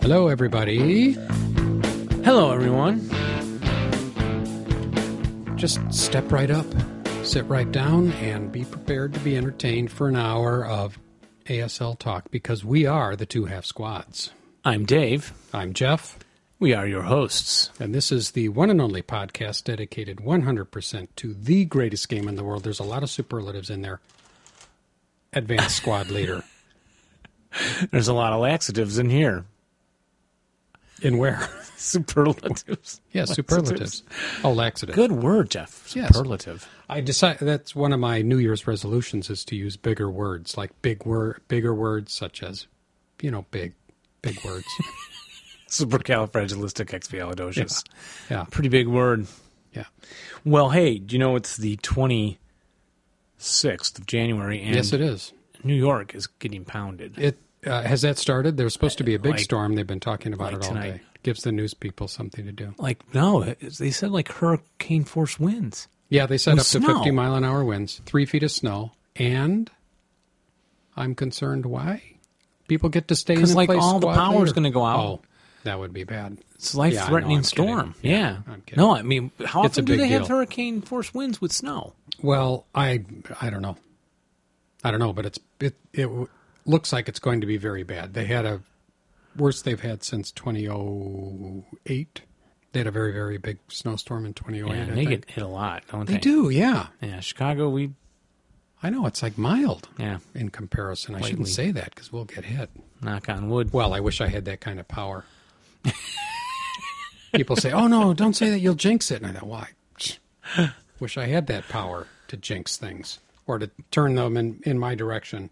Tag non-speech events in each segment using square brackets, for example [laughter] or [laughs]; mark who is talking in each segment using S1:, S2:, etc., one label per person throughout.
S1: Hello, everybody.
S2: Hello, everyone.
S1: Just step right up, sit right down, and be prepared to be entertained for an hour of ASL talk because we are the two half squads.
S2: I'm Dave.
S1: I'm Jeff,
S2: We are your hosts.
S1: and this is the one and only podcast dedicated 100% to the greatest game in the world. There's a lot of superlatives in there. Advanced squad leader.
S2: There's a lot of laxatives in here. [laughs]
S1: In where? [laughs]
S2: Superlatives.
S1: Yeah, superlatives. Oh, laxative.
S2: Good word, Jeff.
S1: Yes.
S2: Superlative.
S1: I decide that's one of my New Year's resolutions is to use bigger words, like big word, bigger words such as, you know, big, big
S2: [laughs]
S1: words.
S2: Supercalifragilisticexpialidocious.
S1: yeah,
S2: Pretty big word.
S1: yeah.
S2: Well, hey, do you know it's the 26th of January and
S1: yes, it is.
S2: New York is getting pounded.
S1: It uh, has that started. There's supposed to be a big
S2: Like-
S1: storm. They've been talking about
S2: like
S1: it all
S2: tonight.
S1: day. Gives the news people something to do.
S2: Like, no, it's- they said like hurricane force winds.
S1: Yeah, they said
S2: With
S1: up to
S2: Oh, snow.
S1: 50 mile an hour winds, three feet of snow, and I'm concerned why people get to stay in
S2: 'Cause,
S1: the
S2: like,
S1: place
S2: all the
S1: squad
S2: power's
S1: leader.
S2: gonna go out.
S1: Oh, that would be bad.
S2: It's
S1: Yeah, I know,
S2: life-threatening
S1: I'm kidding.
S2: storm. Yeah,
S1: I'm kidding.
S2: no, I mean, how
S1: It's a
S2: often do
S1: big
S2: they have
S1: deal.
S2: hurricane force winds with snow?
S1: Well, I I don't know. I don't know, but it's it it w- looks like it's going to be very bad. They had a worst they've had since 2008. They had a very very big snowstorm in 2008.
S2: Yeah,
S1: I
S2: they
S1: think.
S2: get hit a lot, don't they?
S1: They do, yeah.
S2: Yeah, Chicago, we
S1: I know it's like mild
S2: yeah,
S1: in comparison. I shouldn't
S2: Lately.
S1: say that because we'll get hit.
S2: knock on wood.
S1: Well, I wish I had that kind of power. People say, "Oh no, don't say that. You'll jinx it." And I thought, "Why?" wish I had that power to jinx things or to turn them in in my direction.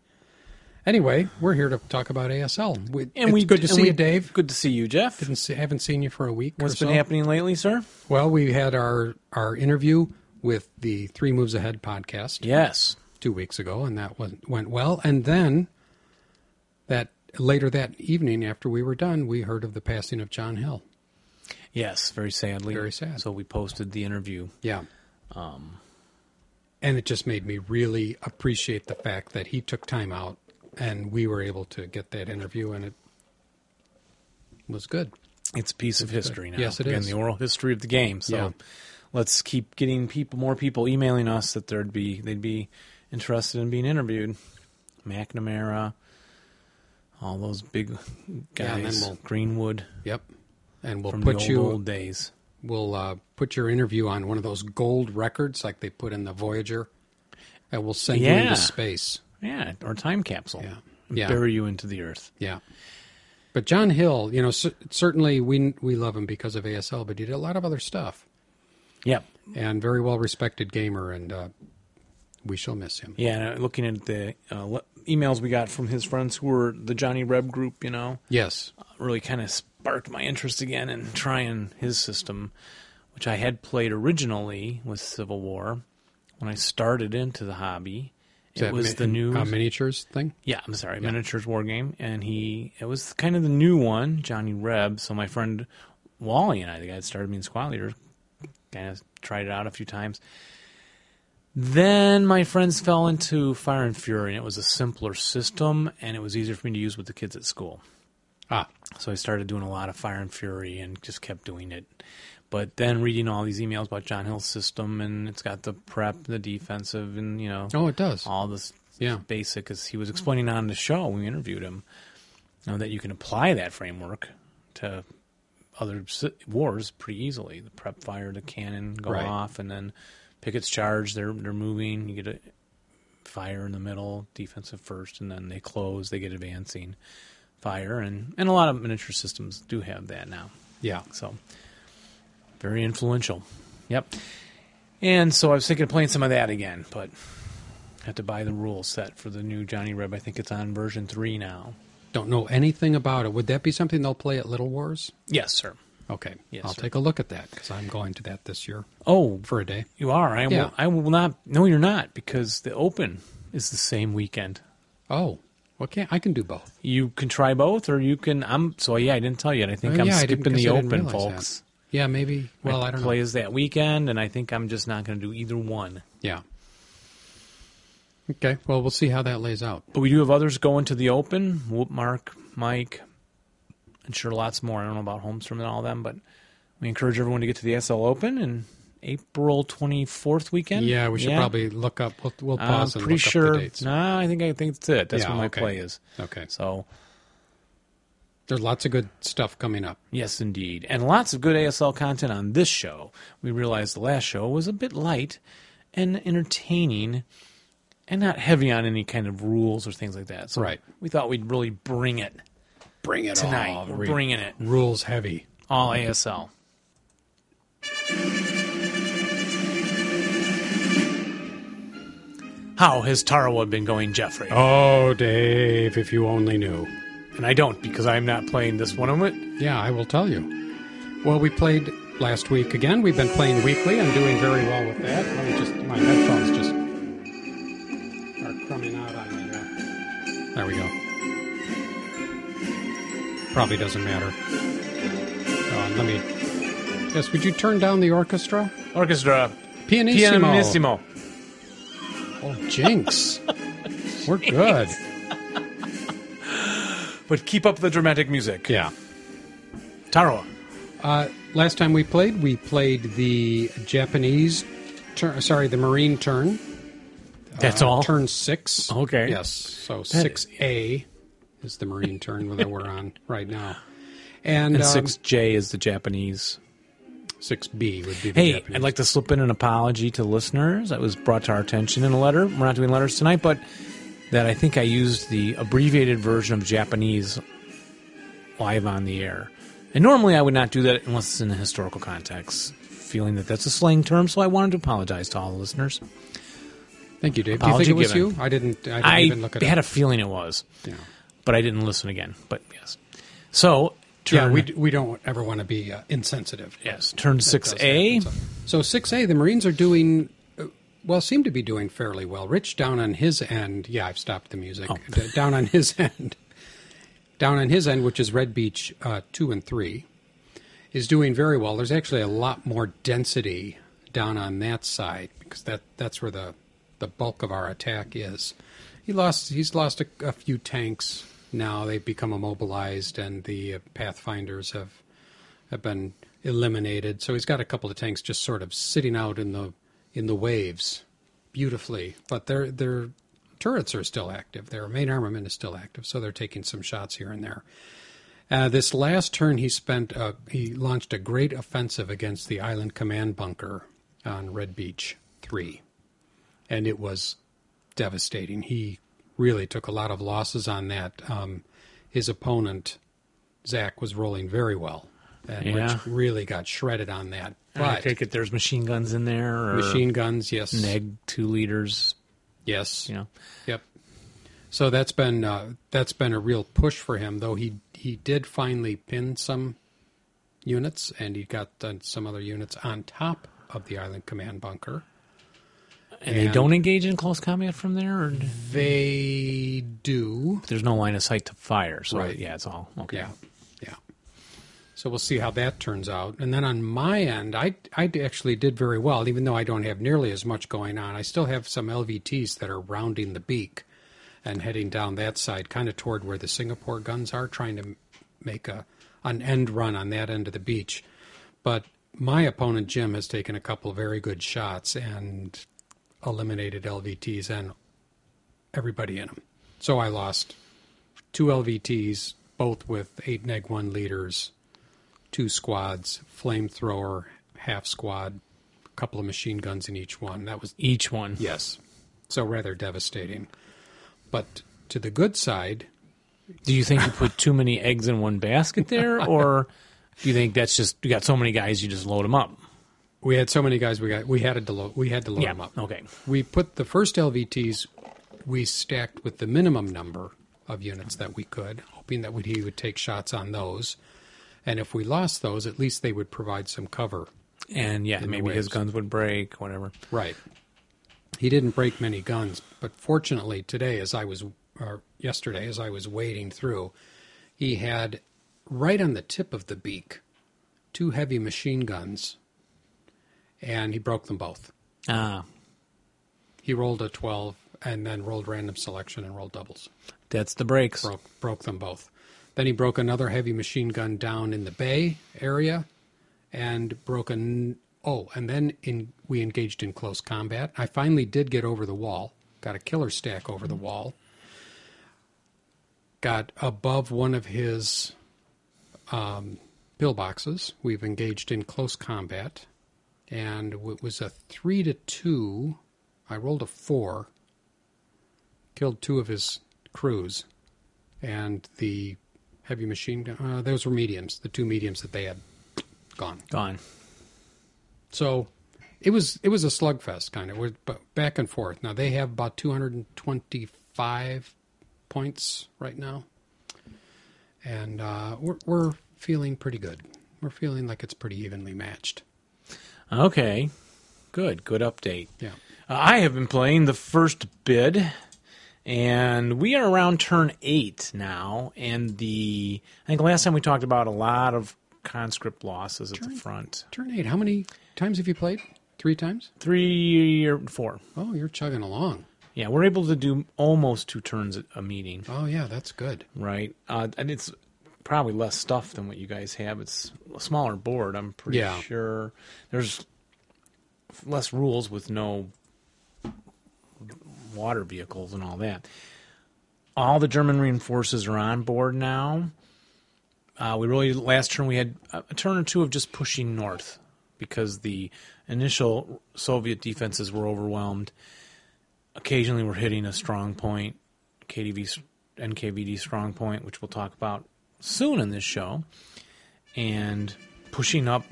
S1: Anyway, we're here to talk about ASL. We, it's good to
S2: and
S1: see
S2: we-
S1: you, Dave.
S2: Good to see you, Jeff.
S1: Didn't see, haven't seen you for a week.
S2: What's
S1: or
S2: been
S1: so.
S2: happening lately, sir?
S1: Well, we had our our interview with the Three Moves Ahead podcast
S2: Yes,
S1: two weeks ago, and that went, went well. And then that later that evening, after we were done, we heard of the passing of John Hill.
S2: yes, very sadly,
S1: Very sad.
S2: So we posted the interview.
S1: Yeah. Um, and it just made me really appreciate the fact that he took time out and we were able to get that interview, and it was good.
S2: It's a piece of history now.
S1: Yes, it
S2: Again,
S1: is.
S2: the oral history of the game. So
S1: Yeah.
S2: let's keep getting people, more people emailing us that there'd be they'd be interested in being interviewed. McNamara, all those big
S1: Yeah, and then
S2: guys,
S1: we'll-
S2: Greenwood
S1: Yep. And we'll
S2: from
S1: put
S2: the old,
S1: you
S2: old days.
S1: we'll uh, put your interview on one of those gold records like they put in the Voyager, and we'll send you
S2: Yeah.
S1: into space.
S2: Yeah, or time capsule.
S1: Yeah.
S2: And
S1: Yeah.
S2: Bury you into the earth.
S1: Yeah. But John Hill, you know, cer- certainly we we love him because of ASL, but he did a lot of other stuff
S2: Yep.
S1: and very well respected gamer, and uh, we shall miss him.
S2: Yeah, and looking at the uh, le- emails we got from his friends who were the Johnny Reb group, you know,
S1: Yes.
S2: really kind of sparked my interest again in trying his system, which I had played originally with Civil War when I started into the hobby.
S1: Is
S2: It
S1: that
S2: was
S1: mi-
S2: the new,
S1: uh, miniatures thing.
S2: yeah, I'm sorry, miniatures war game, and he it was kind of the new one, Johnny Reb. So my friend Wally and I, the guy that started me in Squad Leader, kind of tried it out a few times. Then my friends fell into Fire and Fury, and it was a simpler system, and it was easier for me to use with the kids at school.
S1: Ah,
S2: So I started doing a lot of Fire and Fury and just kept doing it. But then reading all these emails about John Hill's system and it's got the prep, the defensive, and you know
S1: oh, it does.
S2: all this
S1: Yeah.
S2: basic. As he was explaining on the show when we interviewed him, you know, that you can apply that framework to other si- wars pretty easily. The prep fire, the cannon go
S1: Right.
S2: off, and then pickets charge. They're they're moving. You get a fire in the middle, defensive first, and then they close. They get advancing fire, and and a lot of miniature systems do have that now.
S1: Yeah,
S2: So very influential. Yep. And so I was thinking of playing some of that again, but I have to buy the rule set for the new Johnny Reb. I think it's on version three now.
S1: don't know anything about it. Would that be something they'll play at Little Wars?
S2: Yes, sir.
S1: Okay,
S2: Yes,
S1: I'll
S2: sir.
S1: take a look at that because I'm going to that this year
S2: Oh,
S1: for a day.
S2: you are. I
S1: Yeah.
S2: will. I will not. No, you're not, because the Open is the same weekend.
S1: Oh, okay, I can do both.
S2: You can try both, or you can. I'm. So yeah, I didn't tell you. and I think
S1: Oh,
S2: I'm
S1: yeah, I didn't-
S2: skipping the
S1: guess I didn't
S2: Open,
S1: realize that.
S2: folks.
S1: Yeah, maybe. Well, I don't know.
S2: play is that weekend, and I think I'm just not going to do either one.
S1: Yeah. Okay. Well, we'll see how that lays out.
S2: But we do have others going to the open. Whoop, Mark, Mike, and sure lots more. I don't know about Holmstrom and all them, but we encourage everyone to get to the SL Open in April 24th weekend.
S1: Yeah, we should probably look up. We'll, we'll pause
S2: I'm
S1: and
S2: pretty
S1: look
S2: sure.
S1: up the dates.
S2: Nah, I think I think that's it. That's
S1: Yeah,
S2: what my
S1: okay.
S2: play is.
S1: Okay,
S2: So
S1: there's lots of good stuff coming up.
S2: yes, indeed, and lots of good ASL content on this show. We realized the last show was a bit light and entertaining, and not heavy on any kind of rules or things like that. So
S1: Right.
S2: we thought we'd really bring it
S1: Bring it
S2: tonight.
S1: all.
S2: We're
S1: Re-
S2: bringing it
S1: rules heavy.
S2: all ASL. How has Tarawa been going, Jeffrey?
S1: Oh, Dave, if you only knew.
S2: And I don't because I'm not playing this one. I'm with-
S1: Yeah, I will tell you. Well, we played last week again. We've been playing weekly. I'm doing very well with that. Let me just, my headphones just are crumbing out on me. Yeah. There we go. Probably doesn't matter. Uh, let me. Yes, would you turn down the orchestra?
S2: Orchestra.
S1: Pianissimo.
S2: Pianissimo.
S1: Oh, jinx. We're good.
S2: But keep up the dramatic music.
S1: Yeah.
S2: Tarawa.
S1: Uh, last time we played, we played the Japanese, turn, sorry, the Marine turn.
S2: That's
S1: Uh,
S2: all.
S1: Turn six.
S2: Okay.
S1: Yes. So six A is the Marine turn that we're on [laughs] right now, and,
S2: And
S1: um,
S2: six J is the Japanese.
S1: six B would be the
S2: Hey,
S1: Japanese.
S2: I'd like to slip in an apology to listeners. That was brought to our attention in a letter. We're not doing letters tonight, but that I think I used the abbreviated version of Japanese live on the air. And normally I would not do that unless it's in a historical context, feeling that that's a slang term, so I wanted to apologize to all the listeners.
S1: Thank you, Dave. Do you think
S2: Apology
S1: it was
S2: given.
S1: you? I didn't. I didn't
S2: I
S1: even look at
S2: had
S1: it.
S2: a feeling it was,
S1: Yeah.
S2: but I didn't listen again. But yes. So,
S1: Yeah,
S2: turn,
S1: we, d- we don't ever want to be uh, insensitive.
S2: yes, turn
S1: That does
S2: 6A.
S1: happen, So six A, the Marines are doing uh, well. Seem to be doing fairly well. Rich down on his end. Yeah, I've stopped the music. D- down on his [laughs] end. Down on his end, which is Red Beach uh, two and three, is doing very well. There's actually a lot more density down on that side because that that's where the the bulk of our attack is. He lost. He's lost a, a few tanks. Now they've become immobilized, and the uh, Pathfinders have have been eliminated. So he's got a couple of tanks just sort of sitting out in the in the waves beautifully, but their their turrets are still active. Their main armament is still active, so they're taking some shots here and there. Uh, this last turn, he spent uh, he launched a great offensive against the island command bunker on Red Beach Three, and it was devastating. He really took a lot of losses on that. Um, his opponent Zach was rolling very well, and
S2: Yeah.
S1: Rich really got shredded on that.
S2: I
S1: But
S2: take it there's machine guns in there or
S1: machine guns, yes,
S2: neg two liters,
S1: yes,
S2: you know.
S1: Yep. So that's been uh, that's been a real push for him, though he he did finally pin some units, and he got uh, some other units on top of the island command bunker.
S2: And, they
S1: And-
S2: don't engage in close combat from there, or
S1: They do,
S2: there's no line of sight to fire. So
S1: Right.
S2: yeah, it's all okay.
S1: yeah, yeah. So we'll see how that turns out. And then on my end, I I actually did very well, even though I don't have nearly as much going on. I still have some LVTs that are rounding the beak and heading down that side, kind of toward where the Singapore guns are, trying to m- make a an end run on that end of the beach. But my opponent Jim has taken a couple very good shots and eliminated LVTs and everybody in them. So I lost two LVTs, both with eight neg one leaders, two squads, flamethrower, half squad, a couple of machine guns in each one. That was
S2: Each one.
S1: yes, so rather devastating. But to the good side,
S2: Do you think you put too many eggs in one
S1: [laughs]
S2: basket there, or do you think that's just you got so many guys you just load them up?
S1: we had so many guys we got we had to load we had to load
S2: yeah.
S1: them up.
S2: Okay.
S1: We put the first LVTs we stacked with the minimum number of units that we could, hoping that he would take shots on those. And if we lost those, at least they would provide some cover.
S2: And yeah, maybe his
S1: waves.
S2: guns would break, whatever.
S1: Right. He didn't break many guns, but fortunately today, as I was, or yesterday, as I was wading through, he had right on the tip of the beak two heavy machine guns, and he broke them both.
S2: Ah,
S1: He rolled a 12 and then rolled random selection and rolled doubles.
S2: that's the breaks.
S1: Broke, broke them both. Then he broke another heavy machine gun down in the bay area, and broke an oh, and then in we engaged in close combat. I finally did get over the wall. Got a killer stack over the wall. Got above one of his um, pillboxes. We've engaged in close combat, and it was a three to two. I rolled a four, killed two of his crews, and the heavy machine gun. Uh, those were mediums, the two mediums that they had gone.
S2: Gone.
S1: So it was it was a slugfest kind of, with- but back and forth. Now they have about 225 points right now, and uh, we're we're feeling pretty good. We're feeling like it's pretty evenly matched.
S2: Okay. Good. Good update.
S1: Yeah.
S2: Uh, I have been playing the first bid, and we are around turn eight now. And the I think last time we talked about a lot of conscript losses at the front,
S1: Turn eight. How many times have you played? Three times.
S2: three or four.
S1: Oh, you're chugging along.
S2: Yeah, we're able to do almost two turns a- a meeting,
S1: Oh yeah, that's good.
S2: right? Uh, and it's probably less stuff than what you guys have. It's a smaller board. I'm pretty
S1: Yeah.
S2: sure there's less rules with no water vehicles and all that. All the German reinforces are on board now. Uh, we really last turn we had a a turn or two of just pushing north because the initial Soviet defenses were overwhelmed. Occasionally, we're hitting a strong point, KDV, s- NKVD strong point, which we'll talk about soon in this show, and pushing up.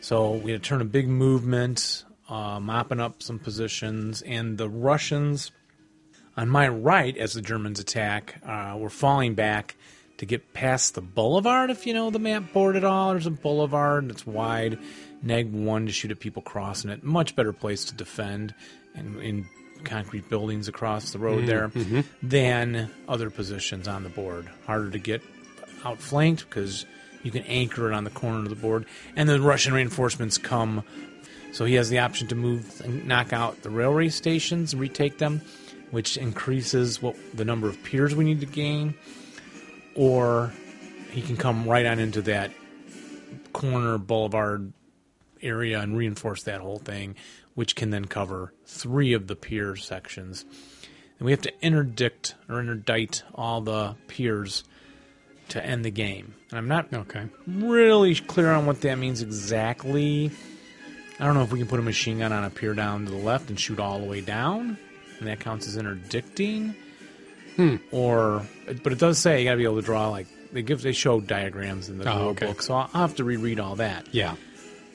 S2: So we had to turn a big movement, uh, mopping up some positions, and the Russians on my right as the Germans attack. Uh, we're falling back to get past the boulevard, if you know the map board at all. There's a boulevard that's wide, neg one to shoot at people crossing it. Much better place to defend and in concrete buildings across the road there than other positions on the board. Harder to get outflanked because you can anchor it on the corner of the board, and the Russian reinforcements come so he has the option to move and knock out the railway stations, retake them, which increases what the number of piers we need to gain, or he can come right on into that corner boulevard area and reinforce that whole thing, which can then cover three of the pier sections. And we have to interdict or interdict all the piers to end the game. And I'm not
S1: Okay.
S2: really clear on what that means exactly. I don't know if we can put a machine gun on a pier down to the left and shoot all the way down, and that counts as interdicting.
S1: Hmm.
S2: Or, but it does say you got to be able to draw like they give they show diagrams in the
S1: Oh,
S2: rule
S1: okay.
S2: book, so I'll I'll have to reread all that.
S1: Yeah.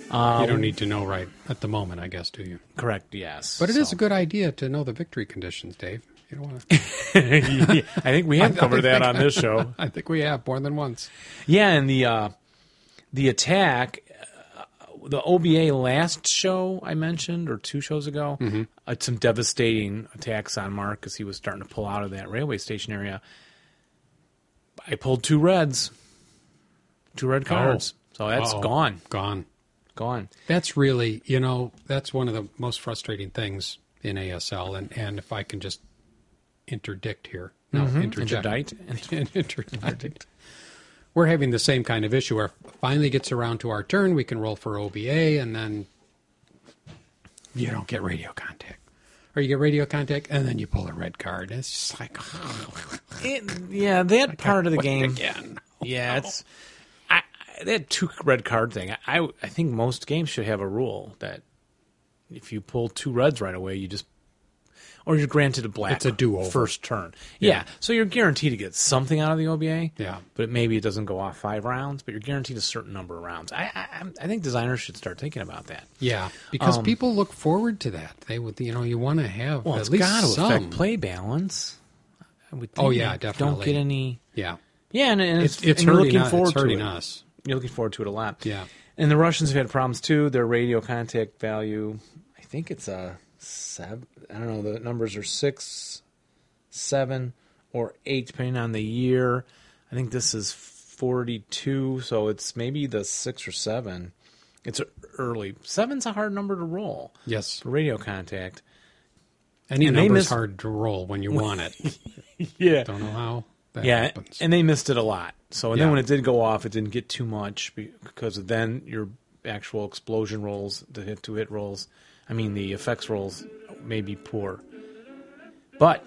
S1: you don't need to know right at the moment, I guess, do you?
S2: Correct? Yes.
S1: But it is
S2: so-
S1: a good idea to know the victory conditions, Dave. You don't want to.
S2: [laughs] I think we have covered that on this show.
S1: [laughs] I think we have more than once.
S2: Yeah, and the uh, the attack, uh, the OBA last show I mentioned or two shows ago, uh, some devastating attacks on Mark because he was starting to pull out of that railway station area. I pulled two reds, two red cards, so that's
S1: Uh-oh.
S2: gone,
S1: Gone.
S2: gone.
S1: That's really, you know, that's one of the most frustrating things in ASL. And, and if I can just interdict here, no, interject.
S2: Mm-hmm. Interdict.
S1: and [laughs] interdict. We're having the same kind of issue where it finally gets around to our turn, we can roll for OBA, and then you don't get radio contact. Or you get radio contact, and then you pull a red card. It's just like, oh,
S2: It- yeah, that part of the game.
S1: again.
S2: Yeah, it's I, I, that two red card thing. I, I I think most games should have a rule that if you pull two reds right away, you just or you're granted a black.
S1: It's a do-over.
S2: first turn. Yeah. so you're guaranteed to get something out of the OBA.
S1: Yeah.
S2: but maybe it doesn't go off five rounds, but you're guaranteed a certain number of rounds. I I, I'm- I think designers should start thinking about that.
S1: Yeah, because people look forward to that. They would, you know, you want to have
S2: Um, Well,
S1: at
S2: it's
S1: least
S2: got to
S1: some.
S2: affect play balance. I would
S1: Oh,
S2: think
S1: yeah,
S2: you Don't
S1: definitely.
S2: get any.
S1: Yeah,
S2: Yeah, and, and it's,
S1: it's it's
S2: and you're
S1: hurting,
S2: looking
S1: us-
S2: forward
S1: it's hurting
S2: to it.
S1: us.
S2: You're looking forward to it a lot.
S1: Yeah.
S2: And the Russians have had problems too. Their radio contact value, I think it's a seven. I don't know. The numbers are six, seven, or eight, depending on the year. I think this is forty-two, so it's maybe the six or seven. It's early. Seven's a hard number to roll
S1: Yes,
S2: for radio contact.
S1: any
S2: And they
S1: number's
S2: miss- [laughs]
S1: hard to roll when you want it.
S2: Yeah.
S1: Don't know how. That
S2: yeah,
S1: happens.
S2: and they missed it a lot. So and then
S1: Yeah.
S2: when it did go off, it didn't get too much because then your actual explosion rolls, the hit to hit rolls, I mean the effects rolls, may be poor. But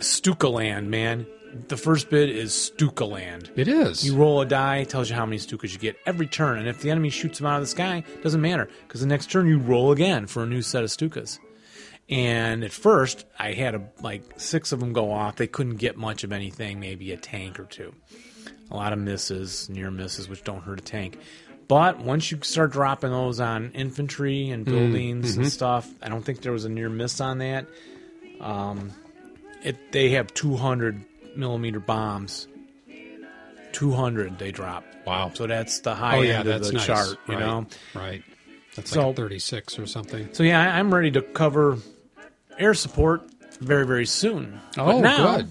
S2: Stukaland, man, the first bit is Stukaland.
S1: it is.
S2: You roll a die, tells you how many stukas you get every turn, and if the enemy shoots them out of the sky, doesn't matter because the next turn you roll again for a new set of stukas. And at first, I had a, like six of them go off. They couldn't get much of anything, maybe a tank or two. A lot of misses, near misses, which don't hurt a tank. But once you start dropping those on infantry
S1: Mm,
S2: and buildings
S1: mm-hmm.
S2: and stuff, I don't think there was a near miss on that. Um, it, they have 200 millimeter bombs. 200 they drop.
S1: Wow.
S2: So that's the high
S1: oh
S2: end
S1: yeah,
S2: of
S1: that's
S2: the
S1: nice.
S2: chart, you
S1: right,
S2: know?
S1: Right. That's
S2: So-
S1: like a 36 or something.
S2: So yeah, I- I'm ready to cover air support very, very soon. but
S1: oh,
S2: now,
S1: good.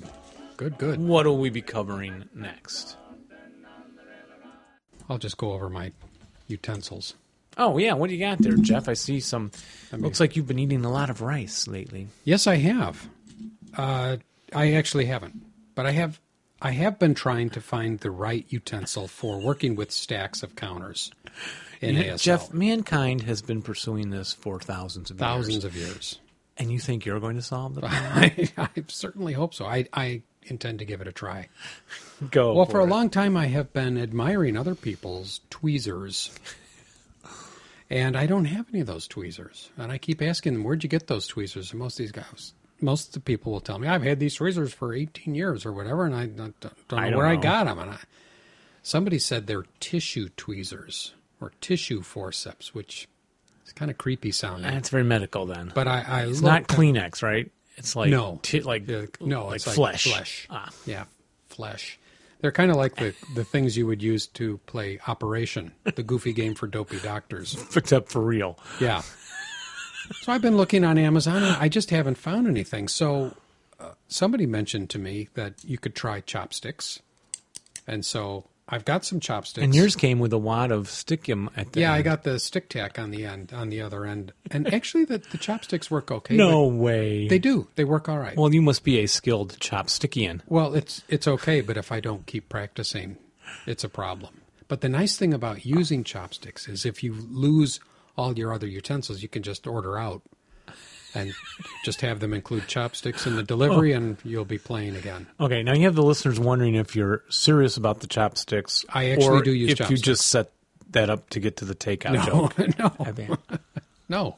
S1: Good, good.
S2: what will we be covering next?
S1: I'll just go over my utensils.
S2: Oh yeah, what do you got there, Jeff? I see some. looks like you've been eating a lot of rice lately.
S1: Yes, I have. Uh, I actually haven't, but I have. I have been trying to find the right utensil for working with stacks of counters in ASL.
S2: Jeff, mankind has been pursuing this for thousands of years,
S1: thousands of years. [laughs]
S2: and you think you're going to solve the problem?
S1: I, I certainly hope so. I, I intend to give it a try.
S2: Go.
S1: Well, for a
S2: it.
S1: long time, I have been admiring other people's tweezers. And I don't have any of those tweezers. And I keep asking them, where'd you get those tweezers? And most of these guys, most of the people will tell me, I've had these tweezers for 18 years or whatever, and I don't, don't, know
S2: I don't
S1: where I
S2: know.
S1: got them. And I, somebody said they're tissue tweezers or tissue forceps, which is kind of creepy sounding.
S2: That's very medical then.
S1: But I, I
S2: it's not Kleenex, right? It's like
S1: No.
S2: ti- like
S1: Yeah, no,
S2: like
S1: it's like
S2: flesh.
S1: flesh.
S2: Ah,
S1: Yeah, flesh. They're kind of like the, the things you would use to play Operation, the goofy game for dopey doctors.
S2: except for real.
S1: Yeah. So I've been looking on Amazon and I just haven't found anything. So uh, somebody mentioned to me that you could try chopsticks. And so I've got some chopsticks.
S2: And yours came with a wad of stickum at the
S1: yeah, I
S2: end.
S1: got the stick tack on the end, on the other end. And actually, the, the chopsticks work okay.
S2: No
S1: but
S2: way.
S1: They do. They work all right.
S2: well, you must be a skilled chopstickian.
S1: Well, it's it's okay, but if I don't keep practicing, it's a problem. But the nice thing about using chopsticks is if you lose all your other utensils, you can just order out and just have them include chopsticks in the delivery and you'll be playing again. [laughs]
S2: Okay, now you have the listeners wondering if you're serious about the chopsticks.
S1: I actually
S2: or
S1: do use
S2: if you just set that up to get to the takeout
S1: No,
S2: joke.
S1: Oh, no, [laughs]
S2: I mean,
S1: no.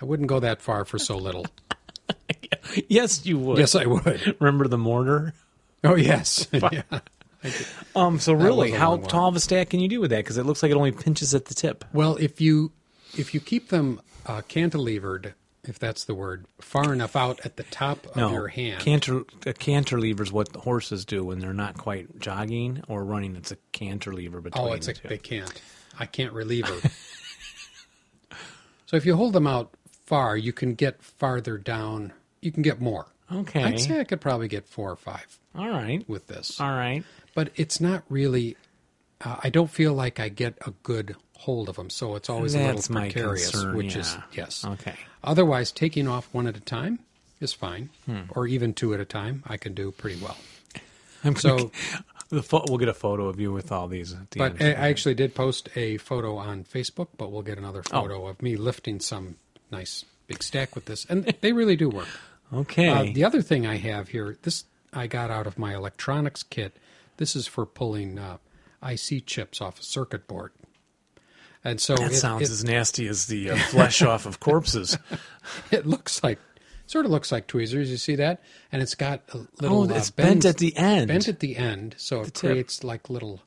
S1: I wouldn't go that far for so little.
S2: yes, you
S1: [laughs]
S2: would.
S1: Yes, I would.
S2: Remember the mortar?
S1: Oh, [laughs] yes. Yeah.
S2: Um. So really,
S1: was a
S2: how
S1: long one.
S2: tall of a stack can you do with that? Because it looks like it only pinches at the tip.
S1: Well, if you if you keep them uh, cantilevered, if that's the word, far enough out at the top of
S2: No,
S1: your hand,
S2: canter a cantilever is what the horses do when they're not quite jogging or running. It's a cantilever between
S1: Oh, it's
S2: the
S1: like
S2: two.
S1: they can't. I can't relieve her. [laughs] so if you hold them out far, you can get farther down. You can get more.
S2: okay.
S1: I'd say I could probably get four or five
S2: All right.
S1: with this,
S2: All right.
S1: but it's not really. Uh, I don't feel like I get a good hold of them, so it's always
S2: That's
S1: a
S2: my
S1: little precarious.
S2: concern,
S1: which is
S2: yeah.
S1: yes.
S2: Okay. [laughs]
S1: Otherwise, taking off one at a time is fine,
S2: Hmm.
S1: or even two at a time. I can do pretty well.
S2: I'm
S1: So-
S2: so the pho- we'll get a photo of you with all these. At the
S1: But I,
S2: end.
S1: I actually did post a photo on Facebook, but we'll get another
S2: Oh.
S1: photo of me lifting some nice big stack with this, and they really do work.
S2: okay.
S1: Uh, the other thing I have here, this I got out of my electronics kit. This is for pulling uh, IC chips off a circuit board, and so
S2: that
S1: it,
S2: sounds
S1: it,
S2: as nasty as the uh, flesh off of corpses.
S1: [laughs] it looks like sort of looks like tweezers. You see that, and it's got a
S2: Oh,
S1: little. uh,
S2: it's bent
S1: bends-
S2: at the end.
S1: bent at the end, so it
S2: tip.
S1: creates like little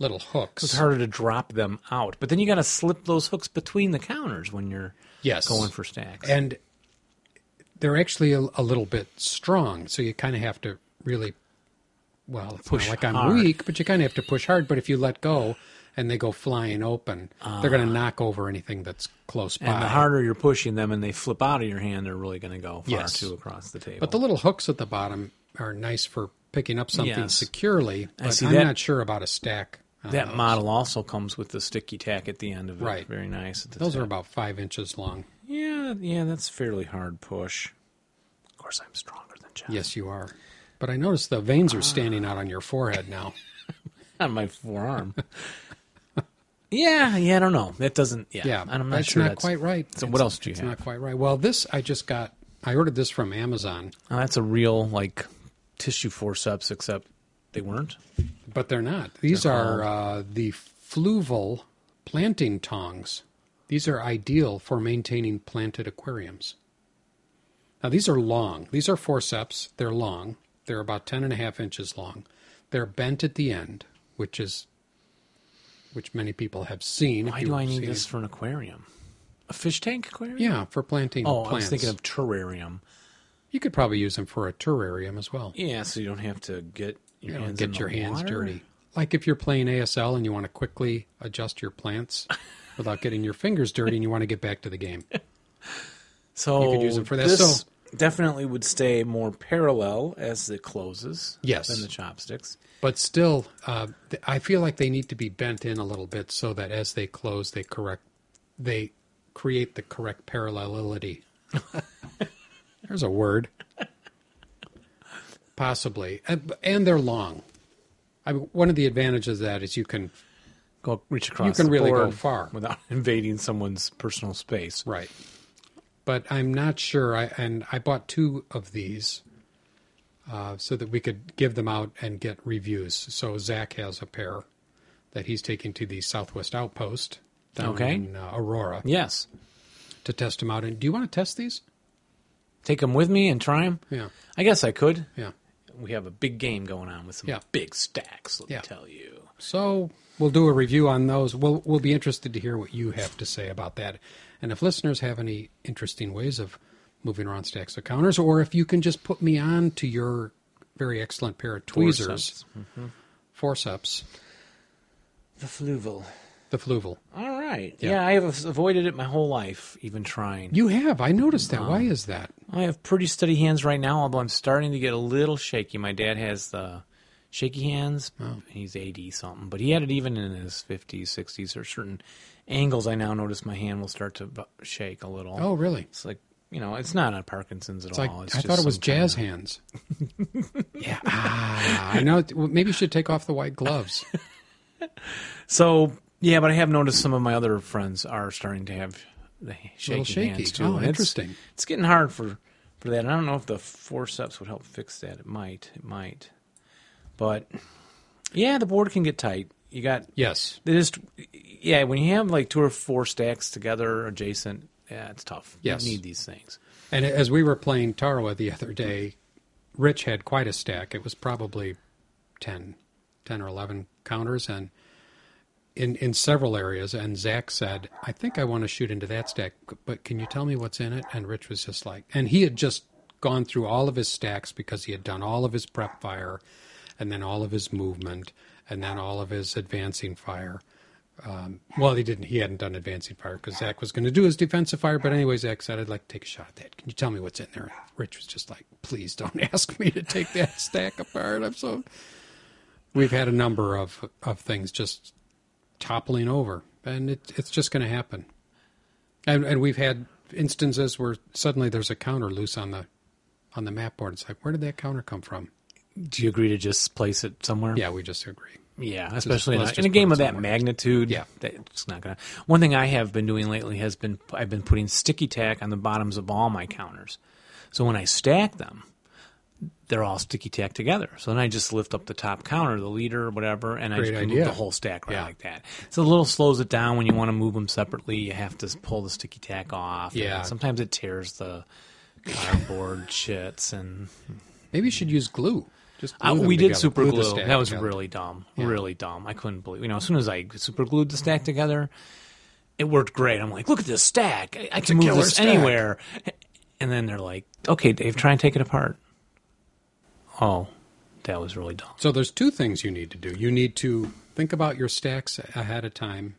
S1: little hooks.
S2: it's harder to drop them out, but then you got to slip those hooks between the counters when you're
S1: yes,
S2: going for stacks.
S1: and they're actually a, a little bit strong so you kind of have to really well it's
S2: Push
S1: not like i'm
S2: hard.
S1: weak but you kind of have to push hard but if you let go and they go flying open they're going to knock over anything that's close by
S2: Ah. And the harder you're pushing them, and they flip out of your hand, they're really going to go far
S1: Yes.
S2: too across the table.
S1: but the little hooks at the bottom are nice for picking up something
S2: Yes.
S1: securely but
S2: see
S1: i'm
S2: that-
S1: not sure about a stack on
S2: that
S1: those.
S2: model also comes with the sticky tack at the end of it.
S1: Right.
S2: Very nice. At the
S1: those
S2: tip.
S1: are about five inches long
S2: yeah, yeah. That's fairly hard push. Of course, I'm stronger than Jeff.
S1: yes you are But I noticed the veins are
S2: Ah.
S1: standing out on your forehead now.
S2: on
S1: [laughs]
S2: my forearm. yeah, yeah, I don't know. That doesn't. Yeah,
S1: Yeah,
S2: I'm not
S1: that's
S2: sure.
S1: not
S2: that's,
S1: quite right.
S2: So what
S1: It's-
S2: else do you
S1: it's
S2: have?
S1: Not quite right. Well, this I just got. I ordered this from Amazon,
S2: Oh, that's a real like tissue forceps, except they weren't.
S1: but they're not. These are uh, the fluval planting tongs. These are ideal for maintaining planted aquariums. Now, these are long. These are forceps. They're long. They're about 10 and a half inches long. They're bent at the end, which is which many people have seen. if
S2: Why
S1: you
S2: do I need
S1: see
S2: this
S1: it.
S2: for an aquarium? A fish tank aquarium?
S1: Yeah, for planting
S2: Oh,
S1: plants.
S2: I was thinking of terrarium.
S1: you could probably use them for a terrarium as well.
S2: Yeah, so you don't have to get
S1: you
S2: your
S1: know,
S2: hands in
S1: get
S2: the
S1: your hands
S2: water?
S1: dirty. Like if you're playing ASL and you want to quickly adjust your
S2: [laughs]
S1: plants without getting your fingers dirty and you want to get back to the game.
S2: So
S1: could use them for that.
S2: This
S1: So-
S2: definitely would stay more parallel as it closes.
S1: Yes.
S2: than the chopsticks.
S1: But still, uh, th- I feel like they need to be bent in a little bit so that as they close, they correct, they create the correct
S2: [laughs]
S1: parallelity. There's a word. Possibly, and, and they're long. I mean, one of the advantages of that is you can
S2: Go reach across.
S1: can
S2: the
S1: really go
S2: board
S1: far.
S2: [laughs] without invading someone's personal space.
S1: Right. But I'm not sure. I and I bought two of these uh, so that we could give them out and get reviews. So Zach has a pair that he's taking to the Southwest Outpost down
S2: Okay.
S1: in uh, Aurora
S2: Yes,
S1: to test them out. And do you want to test these?
S2: take them with me and try them.
S1: Yeah.
S2: I guess I could.
S1: Yeah.
S2: We have a big game going on with some
S1: Yeah.
S2: big stacks. Let
S1: Yeah.
S2: me tell you.
S1: So we'll do a review on those. We'll we'll be interested to hear what you have to say about that. And if listeners have any interesting ways of moving around stacks of counters, or if you can just put me on to your very excellent pair of tweezers,
S2: Forceps. Mm-hmm.
S1: forceps,
S2: The fluval.
S1: the fluval.
S2: All right.
S1: Yeah.
S2: Yeah. I have avoided it my whole life, even trying.
S1: You have. I noticed that. Why is that?
S2: I have pretty steady hands right now, although I'm starting to get a little shaky. My dad has the shaky hands.
S1: Oh.
S2: He's 80 something, but he had it even in his 50s, 60s, or certain angles. I now notice my hand will start to bu- shake a little.
S1: Oh, really?
S2: It's like, you know, it's not a Parkinson's at
S1: It's like
S2: all. Oh, It's
S1: I
S2: just
S1: thought it was
S2: some kind
S1: jazz
S2: of- [laughs]
S1: hands. yeah. Ah, I know. Well, Maybe you should take off the white
S2: [laughs]
S1: gloves.
S2: So, yeah, but I have noticed some of my other friends are starting to have the shaky,
S1: Little shaky.
S2: hands too.
S1: Oh,
S2: and it's-
S1: interesting.
S2: It's, getting hard for for that. And I don't know if the forceps would help fix that. It might. It might. But yeah, the board can get tight. You got
S1: Yes.
S2: they just yeah. When you have like two or four stacks together adjacent, yeah, it's tough.
S1: Yes.
S2: you need these things.
S1: And as we were playing Tarawa the other day, Rich had quite a stack. It was probably 10, 10 or 11 counters and in, in several areas. And Zach said, I think I want to shoot into that stack, but can you tell me what's in it? And Rich was just like, and he had just gone through all of his stacks because he had done all of his prep fire and then all of his movement and then all of his advancing fire. Well, he didn't. He hadn't done advancing fire because Zach was going to do his defensive fire. But anyway, Zach said, "I'd like to take a shot at that. Can you tell me what's in there?" Rich was just like, "Please don't [laughs] ask me to take that [laughs] stack apart." I'm so. We've had a number of of things just toppling over, and it, it's just going to happen. And and we've had instances where suddenly there's a counter loose on the on the map board. It's like, where did that counter come from?
S2: Do you agree to just place it somewhere?
S1: Yeah, we just agree.
S2: Yeah, especially in
S1: let's
S2: a,
S1: just
S2: in a
S1: put
S2: game
S1: it
S2: of that
S1: somewhere.
S2: magnitude.
S1: Yeah.
S2: that- it's not gonna. One thing I have been doing lately has been I've been putting sticky tack on the bottoms of all my counters, so when I stack them, they're all sticky tack together. So then I just lift up the top counter, the leader, or whatever, and I
S1: Great
S2: just
S1: idea.
S2: move the whole stack right
S1: Yeah.
S2: like that. So a little slows it down when you want to move them separately. You have to pull the sticky tack off. and
S1: Yeah.
S2: sometimes it tears the cardboard shits and
S1: Maybe you should use glue. Just glue
S2: uh,
S1: them
S2: we
S1: together.
S2: did super
S1: Glue
S2: glue.
S1: the stack
S2: That was
S1: together.
S2: really dumb. Really dumb. I couldn't believe. You know, as soon as I super glued the stack together, it worked great. I'm like, look at this stack. I, I can move
S1: killer
S2: this
S1: stack.
S2: anywhere. And then they're like, okay, Dave, try and take it apart. Oh, that was really dumb.
S1: So there's two things you need to do. You need to think about your stacks ahead of time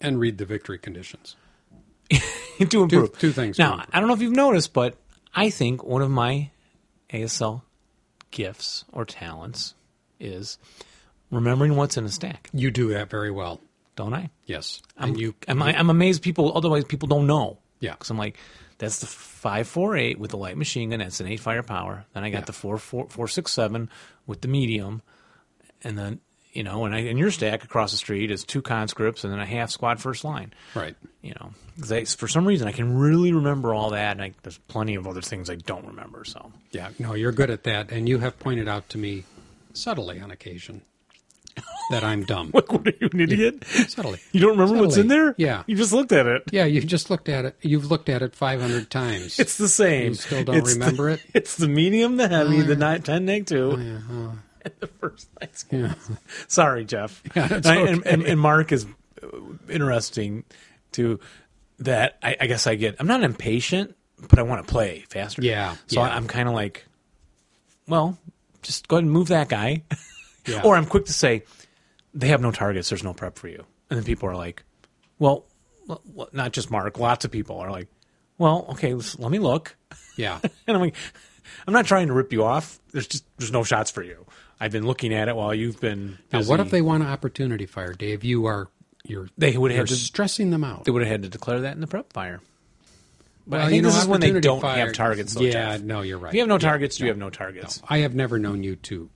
S1: and read the victory conditions.
S2: [laughs] to improve
S1: two things to
S2: Now,
S1: improve.
S2: I don't know if you've noticed, but I think one of my ASL gifts or talents is remembering what's in a stack.
S1: You do that very well.
S2: Don't I?
S1: Yes.
S2: I'm,
S1: and you
S2: I'm, I'm amazed people, otherwise people don't know.
S1: Yeah.
S2: Because I'm like, That's the 548 with the light machine gun. That's an eight firepower. Then I got
S1: Yeah.
S2: the four four four six seven with the medium, and then you know, and I and your stack across the street is two conscripts and then a half squad first line.
S1: Right.
S2: You know, 'Cause I, for some reason I can really remember all that, and I, there's plenty of other things I don't remember. So [laughs]
S1: Yeah. No, you're good at that, and you have pointed out to me subtly on occasion that I'm dumb.
S2: Like, [laughs] what are you, an idiot?
S1: subtly.
S2: You don't remember what's in
S1: Totally.
S2: there?
S1: Yeah.
S2: You just looked at it.
S1: Yeah, you've just looked at it. You've looked at it 500 times.
S2: [laughs] It's the same.
S1: You still don't
S2: It's the-
S1: remember it?
S2: [laughs]
S1: Oh,
S2: It's the medium, the heavy, the ni- 10 neg 2, [laughs] and the first night score.
S1: yeah.
S2: Sorry, Jeff.
S1: [laughs] Yeah, that's
S2: I- and, and, and Mark is uh, interesting to that. I, I guess I get, I'm not impatient, but I want to play faster.
S1: Yeah,
S2: So
S1: yeah.
S2: I'm kind of like, well, just go ahead and move that guy.
S1: Yeah.
S2: Or I'm quick to say, they have no targets. There's no prep for you. And then people are like, well, l- l- not just Mark. Lots of people are like, well, okay, let's, let me look. [laughs]
S1: yeah.
S2: And I'm like, I'm not trying to rip you off. There's just there's no shots for you. I've been looking at it while you've been.
S1: Now,
S2: busy.
S1: what if they want an opportunity fire, Dave? You are you're
S2: They would have
S1: you're
S2: had to-
S1: stressing them out.
S2: They would have had to declare that in the prep fire. But
S1: Well,
S2: I think
S1: you know,
S2: this is when they
S1: opportunity
S2: don't
S1: fire-
S2: have targets. Though,
S1: Yeah,
S2: Jeff.
S1: no, you're right.
S2: If you have no targets, you have no targets.
S1: I have never known you to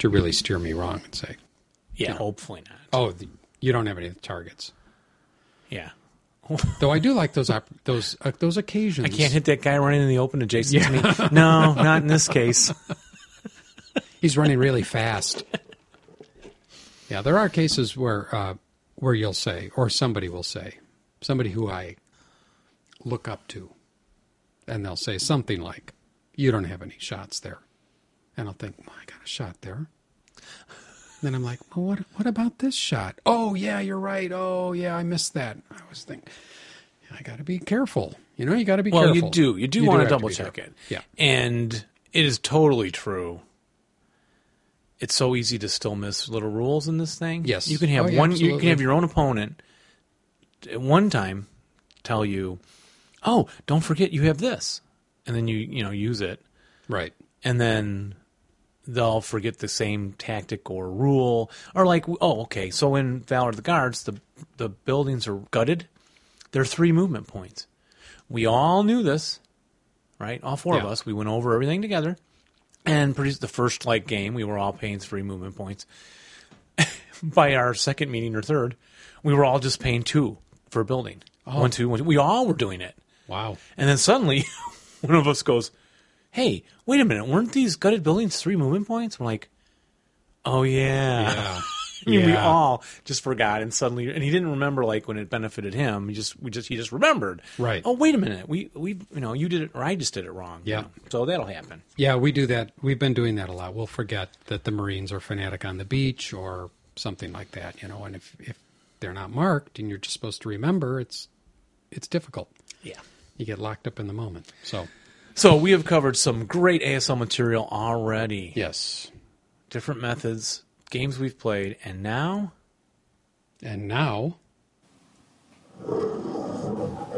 S1: to really steer me wrong and say,
S2: Yeah, hopefully not.
S1: "Oh, the, you don't have any targets."
S2: Yeah.
S1: Though I do like those op- those uh, those occasions.
S2: I can't hit that guy running in the open adjacent to me. [laughs] No, not in this case.
S1: He's running really fast. [laughs] yeah, there are cases where uh, where you'll say, or somebody will say, somebody who I look up to, and they'll say something like, "You don't have any shots there," and I'll think, well, "I got a shot there." Then I'm like, "Well, what what about this shot? Oh yeah, you're right. Oh yeah, I missed that. I was thinking." I got to be careful. You know, you got to be
S2: Well,
S1: careful.
S2: you do. You do
S1: You
S2: want
S1: have
S2: to
S1: be
S2: double check it.
S1: careful. Yeah.
S2: And it is totally true. It's so easy to still miss little rules in this thing.
S1: Yes.
S2: You can have
S1: Oh, yeah,
S2: one you
S1: absolutely.
S2: can have your own opponent at one time tell you, "Oh, don't forget you have this." And then you, you know, use it.
S1: Right.
S2: And then they'll forget the same tactic or rule or like, "Oh, okay. So in Valor of the Guards, the the buildings are gutted. There are three movement points. We all knew this right? All four of
S1: Yeah.
S2: us. We went over everything together, and pretty the first like game, we were all paying three movement points. [laughs] By our second meeting or third, we were all just paying two for a building. One, two, one, two. We all were doing it, [sighs]
S1: Wow.
S2: and then suddenly, [laughs] one of us goes, "Hey, wait a minute! Weren't these gutted buildings three movement points?" We're like, "Oh yeah."
S1: Yeah.
S2: [laughs] I mean, we
S1: Yeah.
S2: all just forgot, and suddenly, and he didn't remember like when it benefited him. He just, we just, he just remembered.
S1: Right.
S2: Oh, wait a minute. We, we, you know, you did it, or I just did it wrong. you
S1: Yeah.
S2: know. So that'll happen.
S1: Yeah, we do that. We've been doing that a lot. We'll forget that the Marines are fanatic on the beach or something like that, you know. And if if they're not marked and you're just supposed to remember, it's it's difficult.
S2: Yeah.
S1: You get locked up in the moment. So
S2: So we have covered some great ASL material already.
S1: yes.
S2: Different methods, games we've played, and now
S1: And now,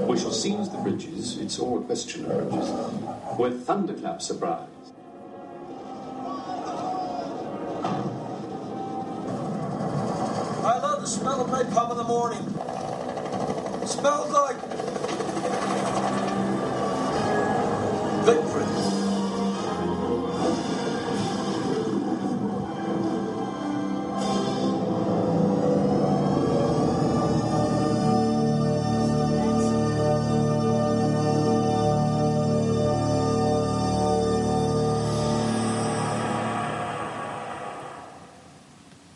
S3: We shall seize the bridges, it's all a question of bridges, with thunderclap surprise.
S4: I love the smell of napalm in the morning. Smells like victory.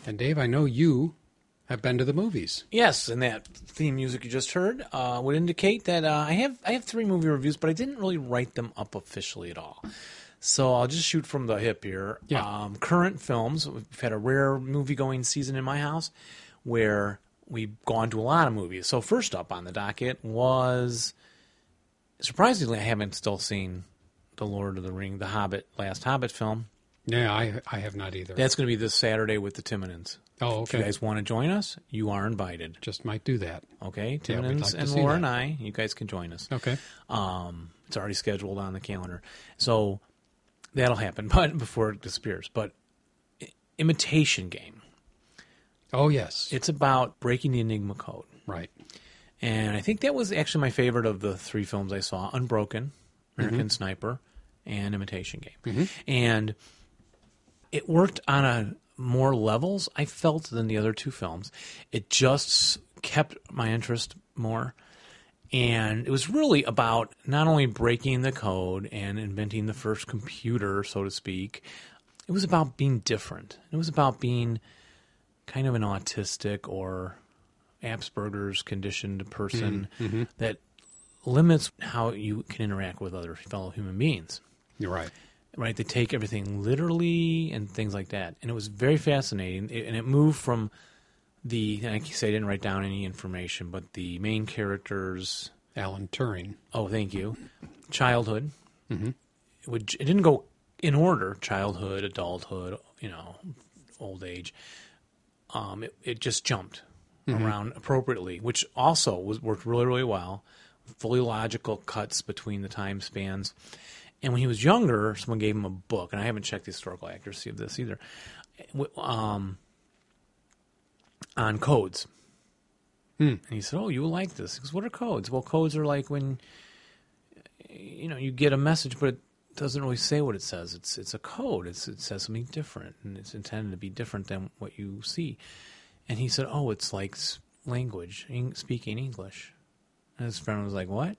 S1: and Dave, I know you have been to the movies.
S2: Yes, and that theme music you just heard uh, would indicate that uh, I have I have three movie reviews, but I didn't really write them up officially at all. So I'll just shoot from the hip here.
S1: Yeah.
S2: Um, current films. We've had a rare movie going season in my house, where we've gone to a lot of movies. So first up on the docket was surprisingly I haven't still seen the Lord of the Ring, the Hobbit, last Hobbit film.
S1: Yeah, I I have not either.
S2: That's going to be this Saturday with the Timonins.
S1: oh,
S2: If you
S1: okay.
S2: guys want to join us, you are invited.
S1: just might do that.
S2: Okay, Tim
S1: Yeah, we'd like to
S2: and
S1: see
S2: Laura
S1: that.
S2: and I, you guys can join us.
S1: Okay.
S2: Um, it's already scheduled on the calendar, so that'll happen. [laughs] But before it disappears, but I- imitation game.
S1: Oh, yes.
S2: It's about breaking the Enigma code,
S1: right.
S2: And I think that was actually my favorite of the three films I saw Unbroken, American Sniper, and Imitation Game. And it worked on a more levels I felt than the other two films. It just s- kept my interest more. And it was really about not only breaking the code and inventing the first computer, so to speak, it was about being different. It was about being kind of an autistic or Asperger's conditioned person that limits how you can interact with other fellow human beings
S1: You're right.
S2: right? They take everything literally and things like that. And it was very fascinating. It, and it moved from the, and I say I didn't write down any information, but the main character's,
S1: Alan Turing.
S2: oh, thank you, childhood. Mm-hmm. It, would, it didn't go in order childhood, adulthood, you know, old age. Um, it, it just jumped around appropriately, which also was worked really, really well. Fully logical cuts between the time spans. And when he was younger, someone gave him a book, and I haven't checked the historical accuracy of this either, w- um, on codes. And he said, "Oh, you will like this." He goes, "What are codes?" Well, codes are like when you know you get a message, but it doesn't really say what it says. It's it's a code. It's it says something different, and it's intended to be different than what you see. And he said, "Oh, it's like s- language, eng- speaking English." And his friend was like, "What?"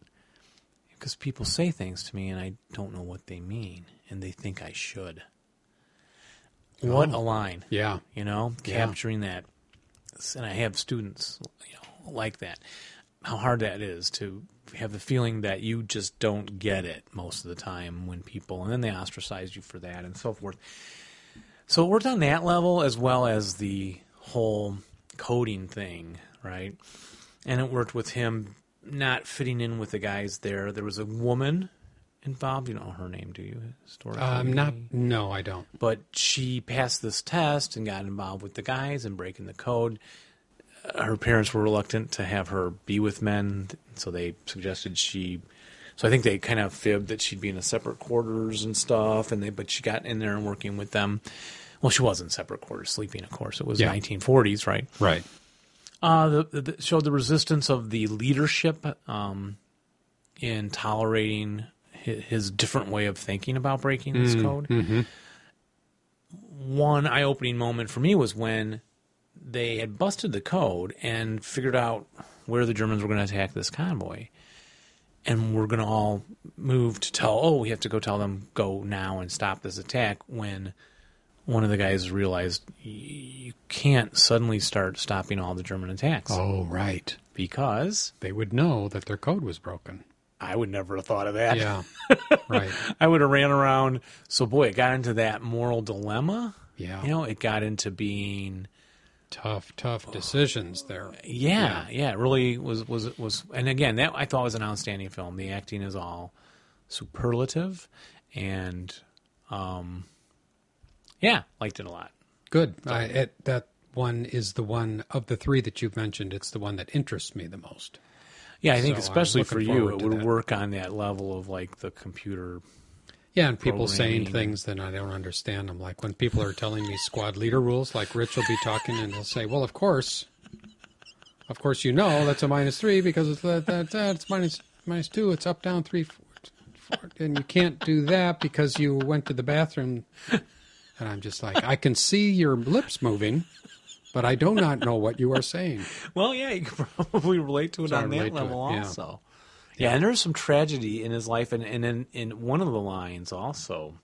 S2: because people say things to me and I don't know what they mean, and they think I should. What a line!
S1: Yeah.
S2: you know, capturing that. And I have students, you know, like that. How hard that is to have the feeling that you just don't get it most of the time when people, and then they ostracize you for that and so forth. So it worked on that level as well as the whole coding thing, right? And it worked with him not fitting in with the guys there. There was a woman involved. You don't know her name, do you? Historically?
S1: Um, not, no, I don't.
S2: but she passed this test and got involved with the guys and breaking the code. Uh, Her parents were reluctant to have her be with men, th- so they suggested she. So I think they kind of fibbed that she'd be in a separate quarters and stuff, and they but she got in there and working with them. Well, she was in separate quarters, sleeping, of course. It was
S1: Yeah.
S2: 1940s, right?
S1: Right.
S2: Uh, the, the, the- showed the resistance of the leadership um, in tolerating his, his different way of thinking about breaking this
S1: Mm,
S2: code.
S1: mm-hmm.
S2: One eye opening moment for me was when they had busted the code and figured out where the Germans were going to attack this convoy. And we're going to all move to tell, oh, we have to go tell them, go now and stop this attack when one of the guys realized y- you can't suddenly start stopping all the German attacks
S1: Oh, right.
S2: because
S1: They would know that their code was broken.
S2: I would never have thought of that. [laughs]
S1: Yeah. right.
S2: I would have ran around. So boy, it got into that moral dilemma.
S1: Yeah.
S2: You know, it got into being
S1: Tough, tough decisions there.
S2: yeah, yeah, it really was was was and again, that I thought was an outstanding film. The acting is all superlative and um yeah, liked it a lot.
S1: Good. I, it, that one is the one of the three that you've mentioned. It's the one that interests me the most.
S2: Yeah, I think
S1: So I'm
S2: especially for
S1: looking
S2: you,
S1: forward
S2: it
S1: to
S2: would
S1: that.
S2: work on that level of like the computer
S1: Yeah, and people saying
S2: Programming.
S1: things that I don't understand. I'm like, when people are telling me squad leader rules, like Rich will be talking and he'll say, "Well, of course, of course, you know that's a minus three because it's that, that, that it's minus minus two. It's up, down, three, four, four, and you can't do that because you went to the bathroom." And I'm just like, I can see your lips moving, but I do not know what you are saying.
S2: Well, yeah, you can [laughs] probably relate to it
S1: So I
S2: on that
S1: relate to
S2: level
S1: it, yeah.
S2: also. Yeah. and there's some tragedy in his life, and and in, in one of the lines also,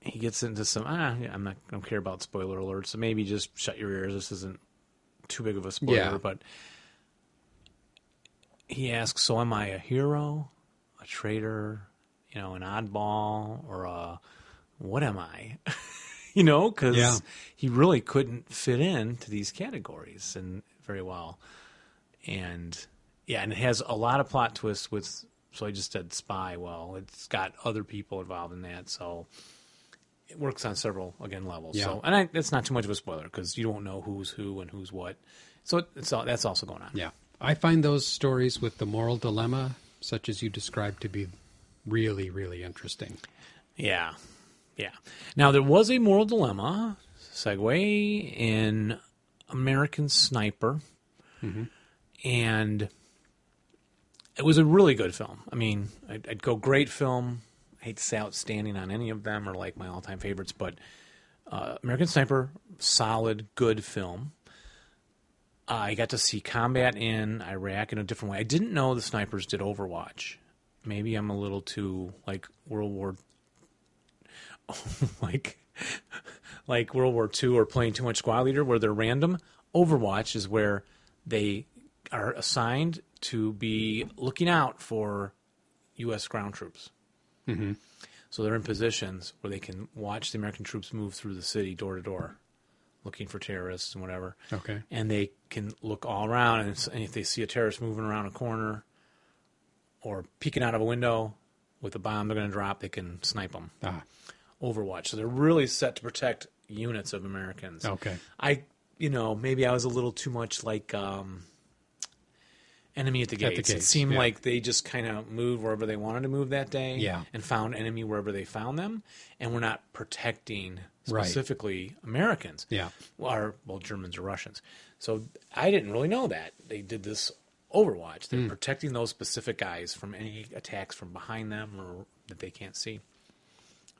S2: he gets into some. Ah, yeah, I'm not. I don't care about spoiler alerts, so maybe just shut your ears. This isn't too big of a spoiler,
S1: Yeah.
S2: but he asks, "So am I a hero, a traitor, you know, an oddball, or a what am I?" [laughs] you know, because
S1: Yeah.
S2: he really couldn't fit in to these categories and very well. And yeah, and it has a lot of plot twists with. So I just said spy. Well, it's got other people involved in that, so it works on several again levels.
S1: Yeah.
S2: So and I, that's not too much of a spoiler because you don't know who's who and who's what. So it, it's all, that's also going on.
S1: Yeah. I find those stories with the moral dilemma, such as you described, to be really, really interesting.
S2: Yeah. Yeah. Now, there was a moral dilemma segue in American Sniper. and it was a really good film. I mean, I'd, I'd go great film. I hate to say outstanding on any of them or like my all-time favorites, but uh, American Sniper, solid, good film. I got to see combat in Iraq in a different way. I didn't know the snipers did Overwatch. Maybe I'm a little too like World War, [laughs] like like World War II or playing too much squad leader where they're random. Overwatch is where they are assigned to be looking out for U.S. ground troops.
S1: Mm-hmm.
S2: So they're in positions where they can watch the American troops move through the city door to door, looking for terrorists and whatever.
S1: Okay.
S2: And they can look all around, and, s- and if they see a terrorist moving around a corner or peeking out of a window with a bomb they're going to drop, they can snipe them.
S1: Ah,
S2: Overwatch. So they're really set to protect units of Americans.
S1: okay.
S2: I, you know, maybe I was a little too much like um, enemy at the
S1: the
S2: gates. it
S1: gates,
S2: seemed
S1: yeah.
S2: like they just kind of moved wherever they wanted to move that day,
S1: Yeah.
S2: and found enemy wherever they found them, and we're not protecting
S1: Right.
S2: specifically Americans.
S1: Yeah.
S2: Or well, Germans or Russians. So I didn't really know that they did this Overwatch. They're protecting those specific guys from any attacks from behind them or that they can't see.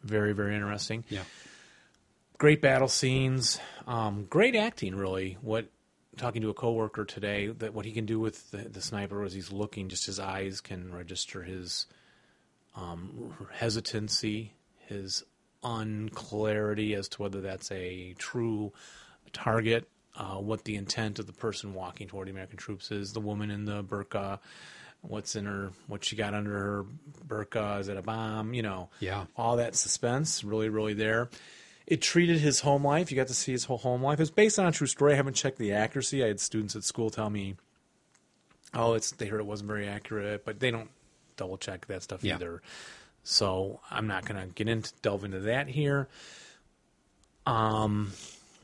S2: Very very interesting
S1: Yeah.
S2: great battle scenes, um, great acting, really. What talking to a coworker today that what he can do with the, the sniper is he's looking, just his eyes can register his um, hesitancy, his unclarity as to whether that's a true target. Uh, what the intent of the person walking toward the American troops is, the woman in the burqa, what's in her, what she got under her burqa, is it a bomb? You know,
S1: Yeah.
S2: all that suspense really really there it treated his home life you got to see his whole home life it's based on a true story i haven't checked the accuracy i had students at school tell me oh it's they heard it wasn't very accurate but they don't double check that stuff
S1: Yeah.
S2: either so i'm not going to get into delve into that here um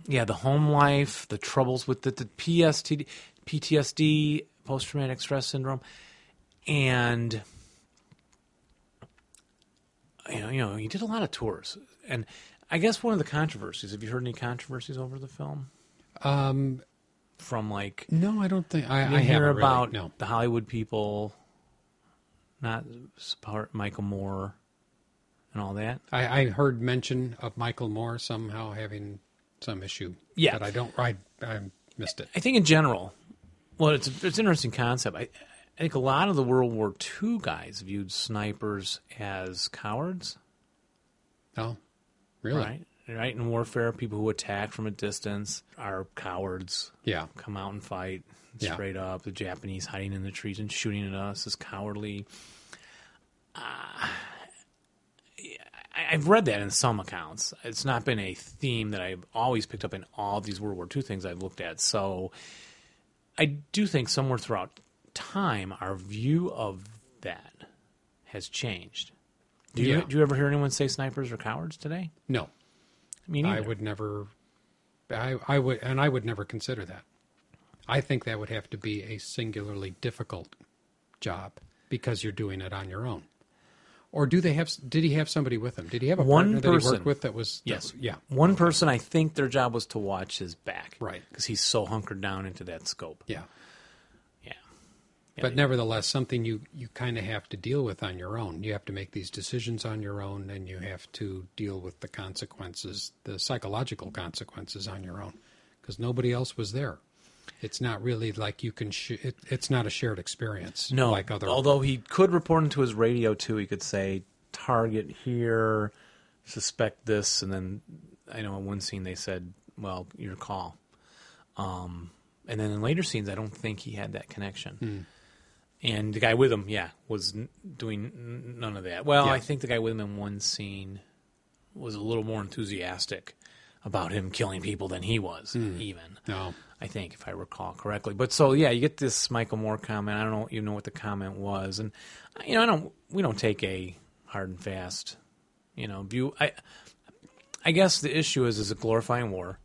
S2: yeah the home life the troubles with the, the PSTD, ptsd post-traumatic stress syndrome and you know, you know, he did a lot of tours, and I guess one of the controversies. Have you heard any controversies over the film?
S1: Um,
S2: From like
S1: no, I don't think I,
S2: you
S1: I
S2: hear
S1: haven't
S2: about
S1: really. No.
S2: the Hollywood people, not support Michael Moore, and all that.
S1: I, I heard mention of Michael Moore somehow having some issue.
S2: Yeah.
S1: But I don't, I, I missed it.
S2: I think in general, well, it's it's an interesting concept. I, I think a lot of the World War II guys viewed snipers as cowards.
S1: No. Really?
S2: Right. Right. In warfare, people who attack from a distance are cowards.
S1: Yeah.
S2: Come out and fight
S1: Yeah.
S2: straight up. The Japanese hiding in the trees and shooting at us is cowardly. Uh, I, I've read that in some accounts. It's not been a theme that I've always picked up in all these World War II things I've looked at. So I do think somewhere throughout time, our view of that has changed. Do you,
S1: Yeah.
S2: do you ever hear anyone say snipers are cowards today?
S1: No.
S2: Me
S1: I
S2: neither.
S1: would never. I, I would, and I would never consider that. I think that would have to be a singularly difficult job because you're doing it on your own. Or do they have? Did he have somebody with him? Did he have a
S2: One
S1: partner that he
S2: person.
S1: worked with that was? that-
S2: Yes.
S1: yeah.
S2: One person, I think their job was to watch his back.
S1: Right.
S2: Because he's so hunkered down into that scope.
S1: Yeah.
S2: Yeah.
S1: But nevertheless, something you you kind of have to deal with on your own. You have to make these decisions on your own, and you have to deal with the consequences, the psychological consequences on your own, because nobody else was there. It's not really like you can. Sh- it, it's not a shared experience.
S2: No.
S1: like other.
S2: Although he could report into his radio, too. He could say, target here, suspect this. And then I know in one scene they said, well, your call. Um, and then in later scenes, I don't think he had that connection.
S1: Hmm.
S2: And the guy with him, yeah, was n- doing n- none of that. Well,
S1: Yeah.
S2: I think the guy with him in one scene was a little more enthusiastic about him killing people than he was,
S1: Hmm.
S2: even.
S1: No.
S2: I think, if I recall correctly. But so yeah, you get this Michael Moore comment. I don't know, you know what the comment was, and you know, I don't. We don't take a hard and fast, you know, view. I, I guess the issue is, is it glorifying war?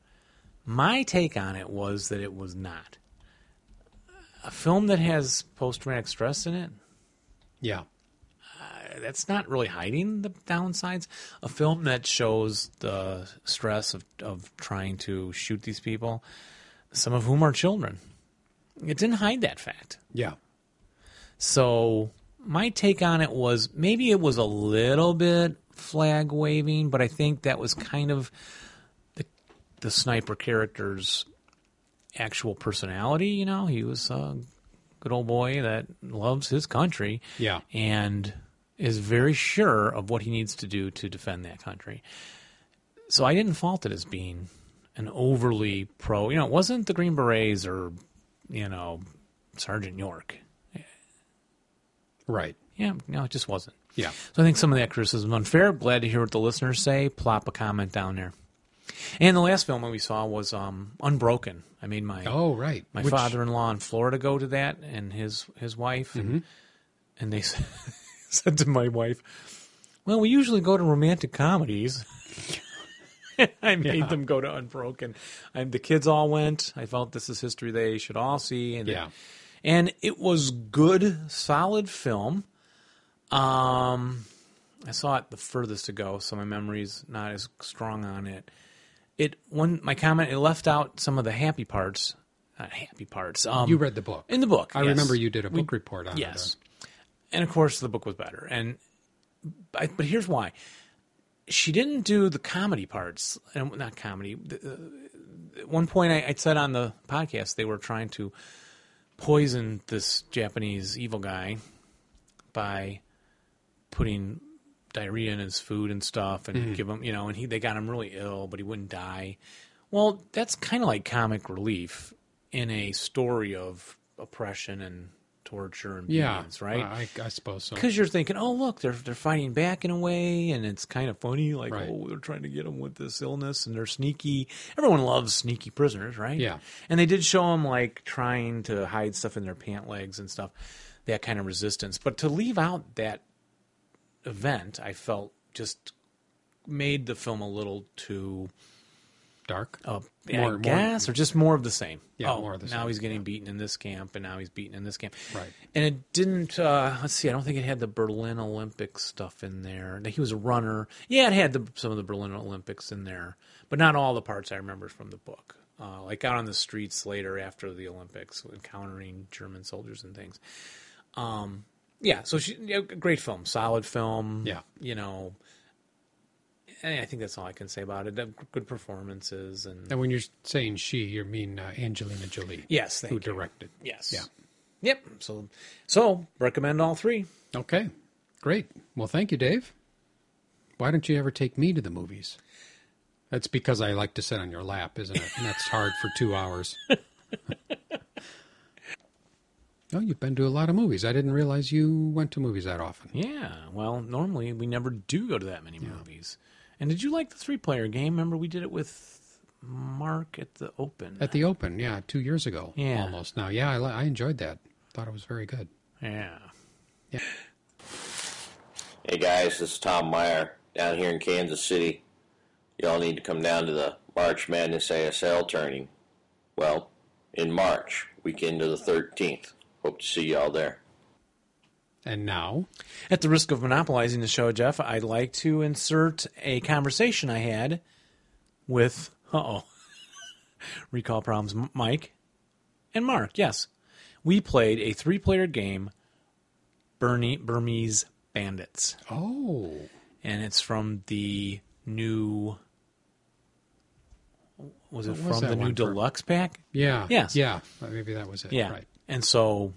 S2: My take on it was that it was not a film that has post traumatic stress in it.
S1: Yeah.
S2: That's not really hiding the downsides. A film that shows the stress of, of trying to shoot these people, some of whom are children It didn't hide that fact.
S1: Yeah.
S2: So my take on it was maybe it was a little bit flag waving, but I think that was kind of the the sniper character's actual personality. You know, he was a good old boy that loves his country.
S1: Yeah.
S2: and is very sure of what he needs to do to defend that country. So I didn't fault it as being an overly pro. You know, it wasn't the Green Berets or you know Sergeant York.
S1: Right.
S2: Yeah, no, it just wasn't.
S1: Yeah.
S2: So I think some of that criticism unfair. Glad to hear what the listeners say. Plop a comment down there. And the last film we saw was um, Unbroken. I made my
S1: Oh, right.
S2: my
S1: Which-
S2: father-in-law in Florida go to that, and his his wife,
S1: Mm-hmm.
S2: and, and they [laughs] said, said to my wife, "Well, we usually go to romantic comedies." [laughs] I made them go to Unbroken. And the kids all went. I felt this is history they should all see. And
S1: Yeah.
S2: and it was good, solid film. Um, I saw it the furthest ago, so my memory's not as strong on it. It one my comment it left out some of the happy parts, not happy parts. Um,
S1: You read the book.
S2: in the book.
S1: I
S2: yes.
S1: remember you did a book report on
S2: Yes,
S1: it.
S2: and of course the book was better. And I, but here's why: she didn't do the comedy parts, and not comedy. th- uh, At one point, I, I said on the podcast they were trying to poison this Japanese evil guy by putting diarrhea in his food and stuff, and give him, you know, and he they got him really ill, but he wouldn't die. Well, that's kind of like comic relief in a story of oppression and torture and
S1: Yeah.
S2: violence, right?
S1: I, I suppose so.
S2: because you're thinking, oh look, they're they're fighting back in a way, and it's kind of funny, like
S1: Right.
S2: oh they're trying to get them with this illness, and they're sneaky. Everyone loves sneaky prisoners, right?
S1: Yeah.
S2: and they did show them like trying to hide stuff in their pant legs and stuff, that kind of resistance. But to leave out that event, I felt just made the film a little too
S1: Dark.
S2: uh,
S1: More-
S2: I
S1: more-
S2: guess, or just more of the same.
S1: Yeah,
S2: oh,
S1: more of the
S2: now
S1: same,
S2: he's getting beaten in this camp, and now he's beaten in this camp.
S1: Right.
S2: And it didn't. Uh, let's see. I don't think it had the Berlin Olympic stuff in there. He was a runner. Yeah, it had the, some of the Berlin Olympics in there, but not all the parts I remember from the book. Uh, like out on the streets later after the Olympics, encountering German soldiers and things. Um, yeah. So she, yeah, great film, solid film.
S1: Yeah.
S2: You know. And I think that's all I can say about it. The Good performances and
S1: And when you're saying she, you mean uh, Angelina Jolie.
S2: Yes, thank
S1: Who
S2: you.
S1: directed.
S2: Yes.
S1: Yeah.
S2: Yep. So, so recommend all three.
S1: Okay. Great. Well, thank you, Dave. Why don't you ever take me to the movies? That's because I like to sit on your lap, isn't it? And that's hard for two
S2: [laughs]
S1: hours. oh, you've been to a lot of movies. I didn't realize you went to movies that often.
S2: Yeah. Well, normally we never do go to that many movies. And did you like the three-player game? Remember we did it with Mark at the Open.
S1: At the Open, yeah, two years ago,
S2: Yeah.
S1: almost now. Yeah, I, li- I enjoyed that. Thought it was very good.
S2: yeah.
S5: Hey guys, this is Tom Meyer down here in Kansas City. Y'all need to come down to the March Madness ASL turning. Well, in March, weekend of the 13th. Hope to see y'all there.
S1: And now,
S2: At the risk of monopolizing the show, Jeff, I'd like to insert a conversation I had with uh oh [laughs] recall problems M- Mike and Mark. Yes, we played a three-player game, Bernie Burmese Bandits.
S1: oh,
S2: and it's from the new was it
S1: What was
S2: from
S1: that
S2: the new
S1: one for?
S2: deluxe pack
S1: yeah,
S2: Yes.
S1: yeah, maybe that was it.
S2: yeah
S1: right.
S2: and so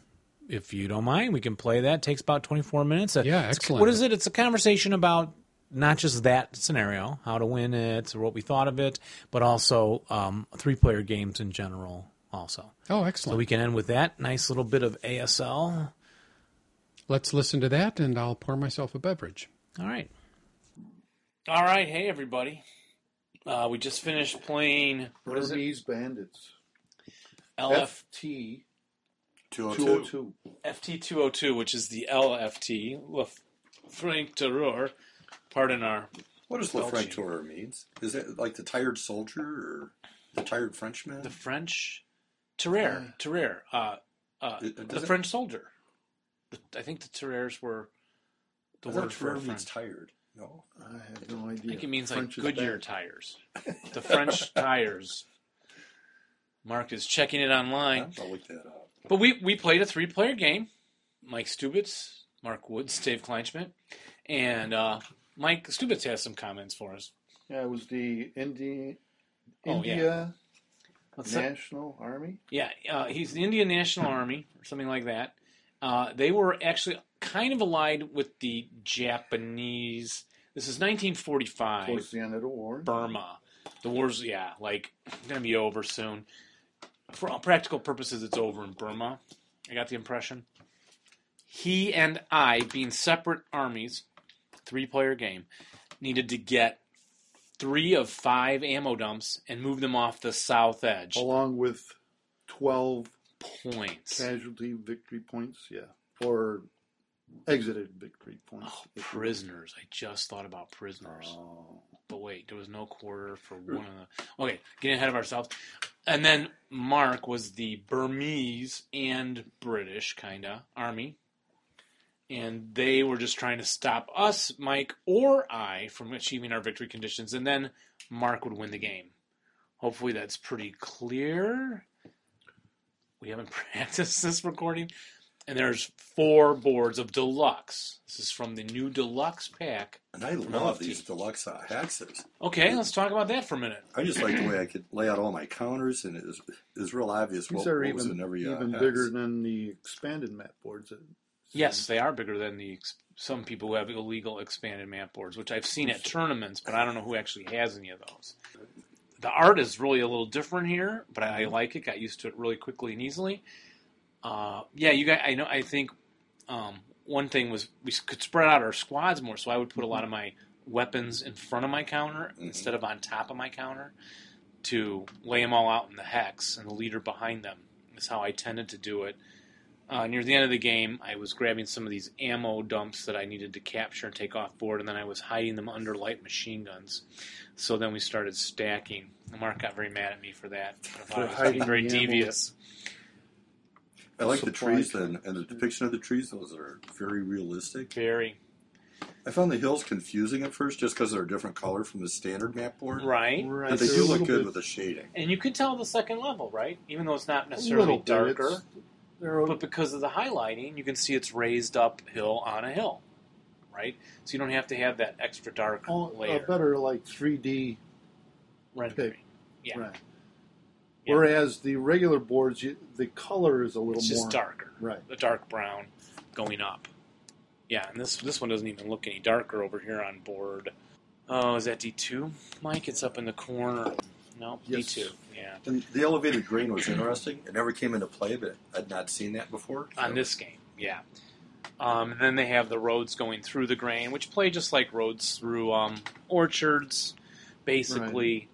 S2: if you don't mind we can play that it takes about 24 minutes Uh,
S1: Yeah,
S2: it's-
S1: excellent.
S2: what is it it's a conversation about not just that scenario how to win it or what we thought of it but also um, three player games in general also
S1: Oh, excellent.
S2: so we can end with that nice little bit of asl
S1: Let's listen to that, and I'll pour myself a beverage.
S2: All right. All right. Hey, everybody. Uh, we just finished playing what is it?
S6: Burmese bandits.
S2: LF,
S6: FT
S7: 202.
S6: 202.
S2: FT202, which is the LFT, Le Franc Terror. Pardon our.
S7: What does Le Franc Tour means? Is it like the tired soldier or the tired Frenchman?
S2: The French Terreur. Terreur. Uh, uh,
S7: It- it
S2: the
S7: doesn't-
S2: French soldier. The- I think the Terreurs were the
S7: I thought
S2: word for
S7: Tour
S2: a
S7: means
S2: French.
S7: tired. No.
S6: I have no idea.
S2: I think it means like
S6: French is
S2: Goodyear
S6: bad.
S2: tires.
S7: [laughs]
S2: The French tires. Mark is checking it online.
S7: I'll look that up.
S2: But we, we played a three player game. Mike Stubitz, Mark Woods, Dave Kleinschmidt, and uh, Mike Stubitz has some comments for us.
S6: Yeah, it was the Indi-
S2: Oh, yeah.
S6: India
S2: Let's-
S6: National Army.
S2: Yeah, uh, he's the Indian National Army or something like that. Uh, they were actually kind of allied with the Japanese. This is 1945.
S6: Towards the end of the war.
S2: Burma. The war's yeah, like gonna be over soon. For all practical purposes, it's over in Burma. I got the impression. He and I, being separate armies, three-player game, needed to get three of five ammo dumps and move them off the south edge.
S6: Along with 12
S2: Points.
S6: casualty victory points, yeah. Or exited victory points.
S2: Oh, prisoners. I just thought about prisoners.
S6: Oh.
S2: But wait, there was no quarter for one of the. Okay, getting ahead of ourselves. And then Mark was the Burmese and British kind of army. And they were just trying to stop us, Mike or I, from achieving our victory conditions. And then Mark would win the game. Hopefully that's pretty clear. We haven't [laughs] practiced this recording. And there's four boards of deluxe. This is from the new deluxe pack.
S7: And I love these deluxe uh, axes.
S2: Okay, let's talk about that for a minute.
S7: I just like the way I could lay out all my counters, and it was, it was real obvious
S6: These
S7: what,
S6: are
S7: what was in
S6: even,
S7: every uh,
S6: even
S7: hex.
S6: bigger than the expanded map boards. that-
S2: Yes, they are bigger than the ex- some people who have illegal expanded map boards, which I've seen at tournaments, but I don't know who actually has any of those. The art is really a little different here, but I, I like it. Got used to it really quickly and easily. Uh, yeah, you guys. I know. I think um, one thing was we s- could spread out our squads more, so I would put a lot
S6: Mm-hmm.
S2: of my weapons in front of my counter instead of on top of my counter to lay them all out in the hex and the leader behind them is how I tended to do it. Uh, near the end of the game, I was grabbing some of these ammo dumps that I needed to capture and take off board, and then I was hiding them under light machine guns. So then we started stacking. Mark got very mad at me for that. I thought I was being
S6: hiding
S2: very
S6: the ammo.
S2: devious.
S7: I like the
S6: Supply
S7: trees then, and the depiction of the trees. Those are very realistic.
S2: Very
S7: I found the hills confusing at first, just because they're a different color from the standard map board.
S2: right.
S6: Right.
S7: But they
S6: they're a
S7: do look
S6: little
S7: good
S6: bit-
S7: with the shading.
S2: And you could tell the second level, right? Even though it's not
S6: a
S2: necessarily
S6: little bit.
S2: darker.
S6: It's- they're a-
S2: but because of the highlighting, you can see it's raised up hill on a hill, right? So you don't have to have that extra dark
S6: all- Oh, a
S2: layer
S6: better like 3D
S2: rendering. Yeah.
S6: Right.
S2: Yeah.
S6: Whereas the regular boards, you, the color is a little
S2: It's
S6: more
S2: just darker,
S6: Right.
S2: a dark brown going up. Yeah, and this this one doesn't even look any darker over here on board. Oh, is that D two, Mike? It's up in the corner. No, D
S6: Yes.
S2: two. Yeah,
S7: And the elevated grain was interesting. It never came into play, but I'd not seen that before.
S2: on this game. Yeah. Um, and then they have the roads going through the grain, which play just like roads through um, orchards, basically.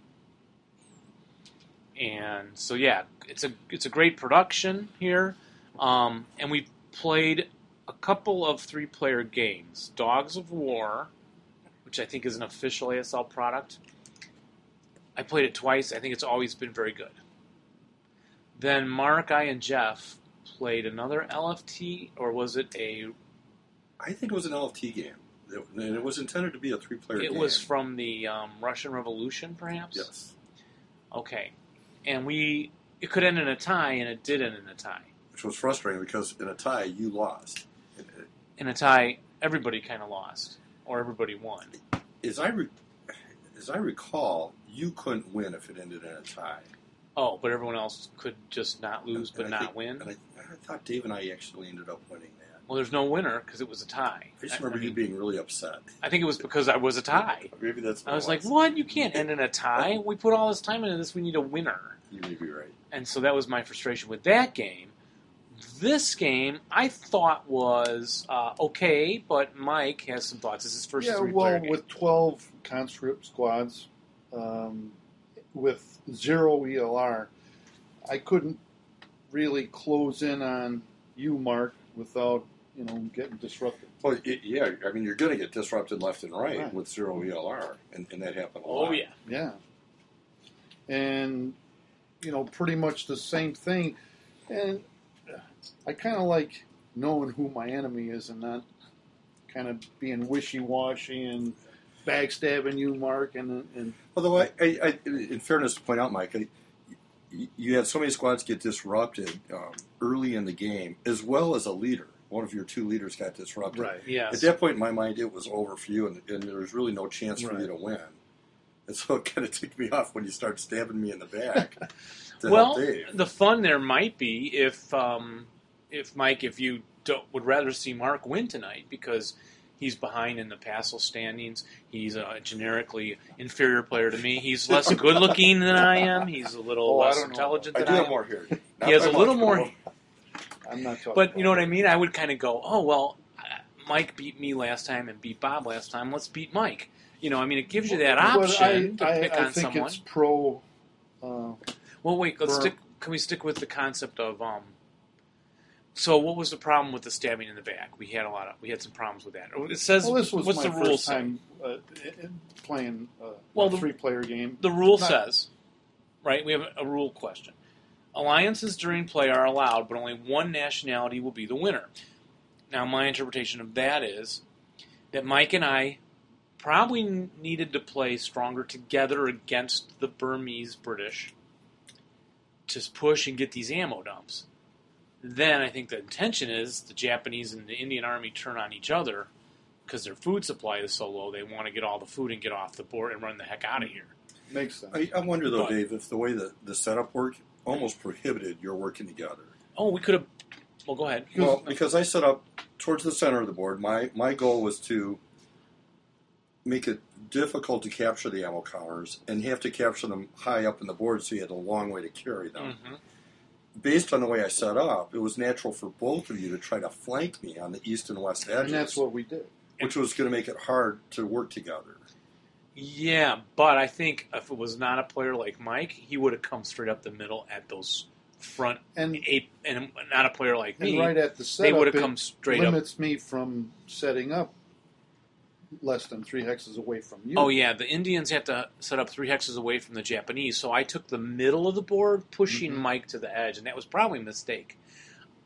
S2: And so yeah, it's a it's a great production here, um, and we played a couple of three player games: Dogs of War, which I think is an official ASL product. I played it twice. I think it's always been very good. Then Mark, I, and Jeff played another LFT, or was it a
S7: I think it was an LFT game, it, and it was intended to be a three-player.
S2: It
S7: game.
S2: was from the um, Russian Revolution, perhaps.
S7: yes.
S2: Okay, and we it could end in a tie, and it did end in a tie.
S7: which was frustrating because in a tie you lost. And, uh,
S2: In a tie, everybody kind of lost, or everybody won.
S7: As I re- as I recall, you couldn't win if it ended in a tie.
S2: Oh, but everyone else could just not lose,
S7: And-
S2: but
S7: and I
S2: not
S7: think-
S2: win.
S7: And I, I thought Dave and I actually ended up winning that.
S2: well, there's no winner because it was a tie.
S7: I just
S2: I-
S7: remember
S2: I
S7: you
S2: mean,
S7: being really upset.
S2: I think it was because I was a tie.
S7: Maybe that's.
S2: I was like, "What? You can't end in a tie. We put all this time into this. We need a winner."
S7: You may be right.
S2: and so that was my frustration with that game. This game I thought was uh, okay, but Mike has some thoughts. This is his first
S6: yeah,
S2: three
S6: well,
S2: player game.
S6: with 12 conscript squads, um, with zero ELR, I couldn't really close in on you, Mark, without you know getting disrupted.
S7: Well, y yeah, I mean, you're going to get disrupted left and right,
S6: Right.
S7: with zero ELR, and, and that happened. A
S2: oh
S7: lot.
S2: yeah,
S6: Yeah, and you know pretty much the same thing, and I kind of like knowing who my enemy is and not kind of being wishy-washy and backstabbing you, Mark, and and
S7: Although, I, I, I, in fairness to point out, Mike, I, y- you had so many squads get disrupted um, early in the game, as well as a leader. One of your two leaders got disrupted.
S2: Yeah.
S7: At that point in my mind, it was over for you, and, and there was really no chance for you
S6: Right.
S7: to win. And so it kind of ticked me off when you start stabbing me in
S2: [laughs]
S7: the back. to
S2: well,
S7: help Dave.
S2: the fun there might be if um, if Mike, if you don't, would rather see Mark win tonight because he's behind in the Passel standings. He's a generically inferior player to me. He's less good looking than I am. He's a little
S6: Oh, I
S2: less
S6: don't know.
S2: intelligent
S7: I
S2: than
S7: do
S2: I,
S7: have
S2: am.
S7: more here.
S2: He has a little more.
S6: I'm not talking.
S2: But you know
S6: about
S2: what I mean? I would kind of go, oh, well, uh, Mike beat me last time and beat Bob last time. Let's beat Mike. You know, I mean, it gives you that
S6: But
S2: option
S6: I,
S2: to pick
S6: I, I
S2: on
S6: think
S2: someone.
S6: it's pro. Uh,
S2: Well, wait. Let's
S6: Or-
S2: stick. Can we stick with the concept of um? So, what was the problem with the stabbing in the back? We had a lot of. We had some problems with that. It says
S6: well, this was
S2: what's
S6: my
S2: the rule
S6: first
S2: say?
S6: time uh, i- i- playing uh,
S2: Well, the-
S6: a three-player game.
S2: The rule
S6: Not-
S2: says, right? We have a rule question. Alliances during play are allowed, but only one nationality will be the winner. Now, my interpretation of that is that Mike and I probably n- needed to play stronger together against the Burmese British to s- push and get these ammo dumps. Then I think the intention is the Japanese and the Indian Army turn on each other because their food supply is so low. They want to get all the food and get off the board and run the heck out of here.
S6: Makes sense.
S7: I, I wonder though,
S2: But-
S7: Dave, if the way that the setup worked almost prohibited your working together.
S2: Oh, we could have. Well, go ahead.
S7: Well, because I set up towards the center of the board, my my goal was to make it difficult to capture the ammo counters and have to capture them high up in the board, so you had a long way to carry them.
S2: Mhm.
S6: Hmm.
S7: Based on the way I set up, it was natural for both of you to try to flank me on the east and west edges,
S6: and that's what we did.
S7: which was going to make it hard to work together.
S2: Yeah, but I think if it was not a player like Mike, he would have come straight up the middle at those front
S6: And
S2: eight, and not a player like
S6: and
S2: me.
S6: right at the
S2: they
S6: setup,
S2: would have
S6: it
S2: come straight up.
S6: limits me from setting up less than three hexes away from you.
S2: Oh yeah, the Indians have to set up three hexes away from the Japanese, so I took the middle of the board, pushing
S6: Mhm.
S2: Mike to the edge, and that was probably a mistake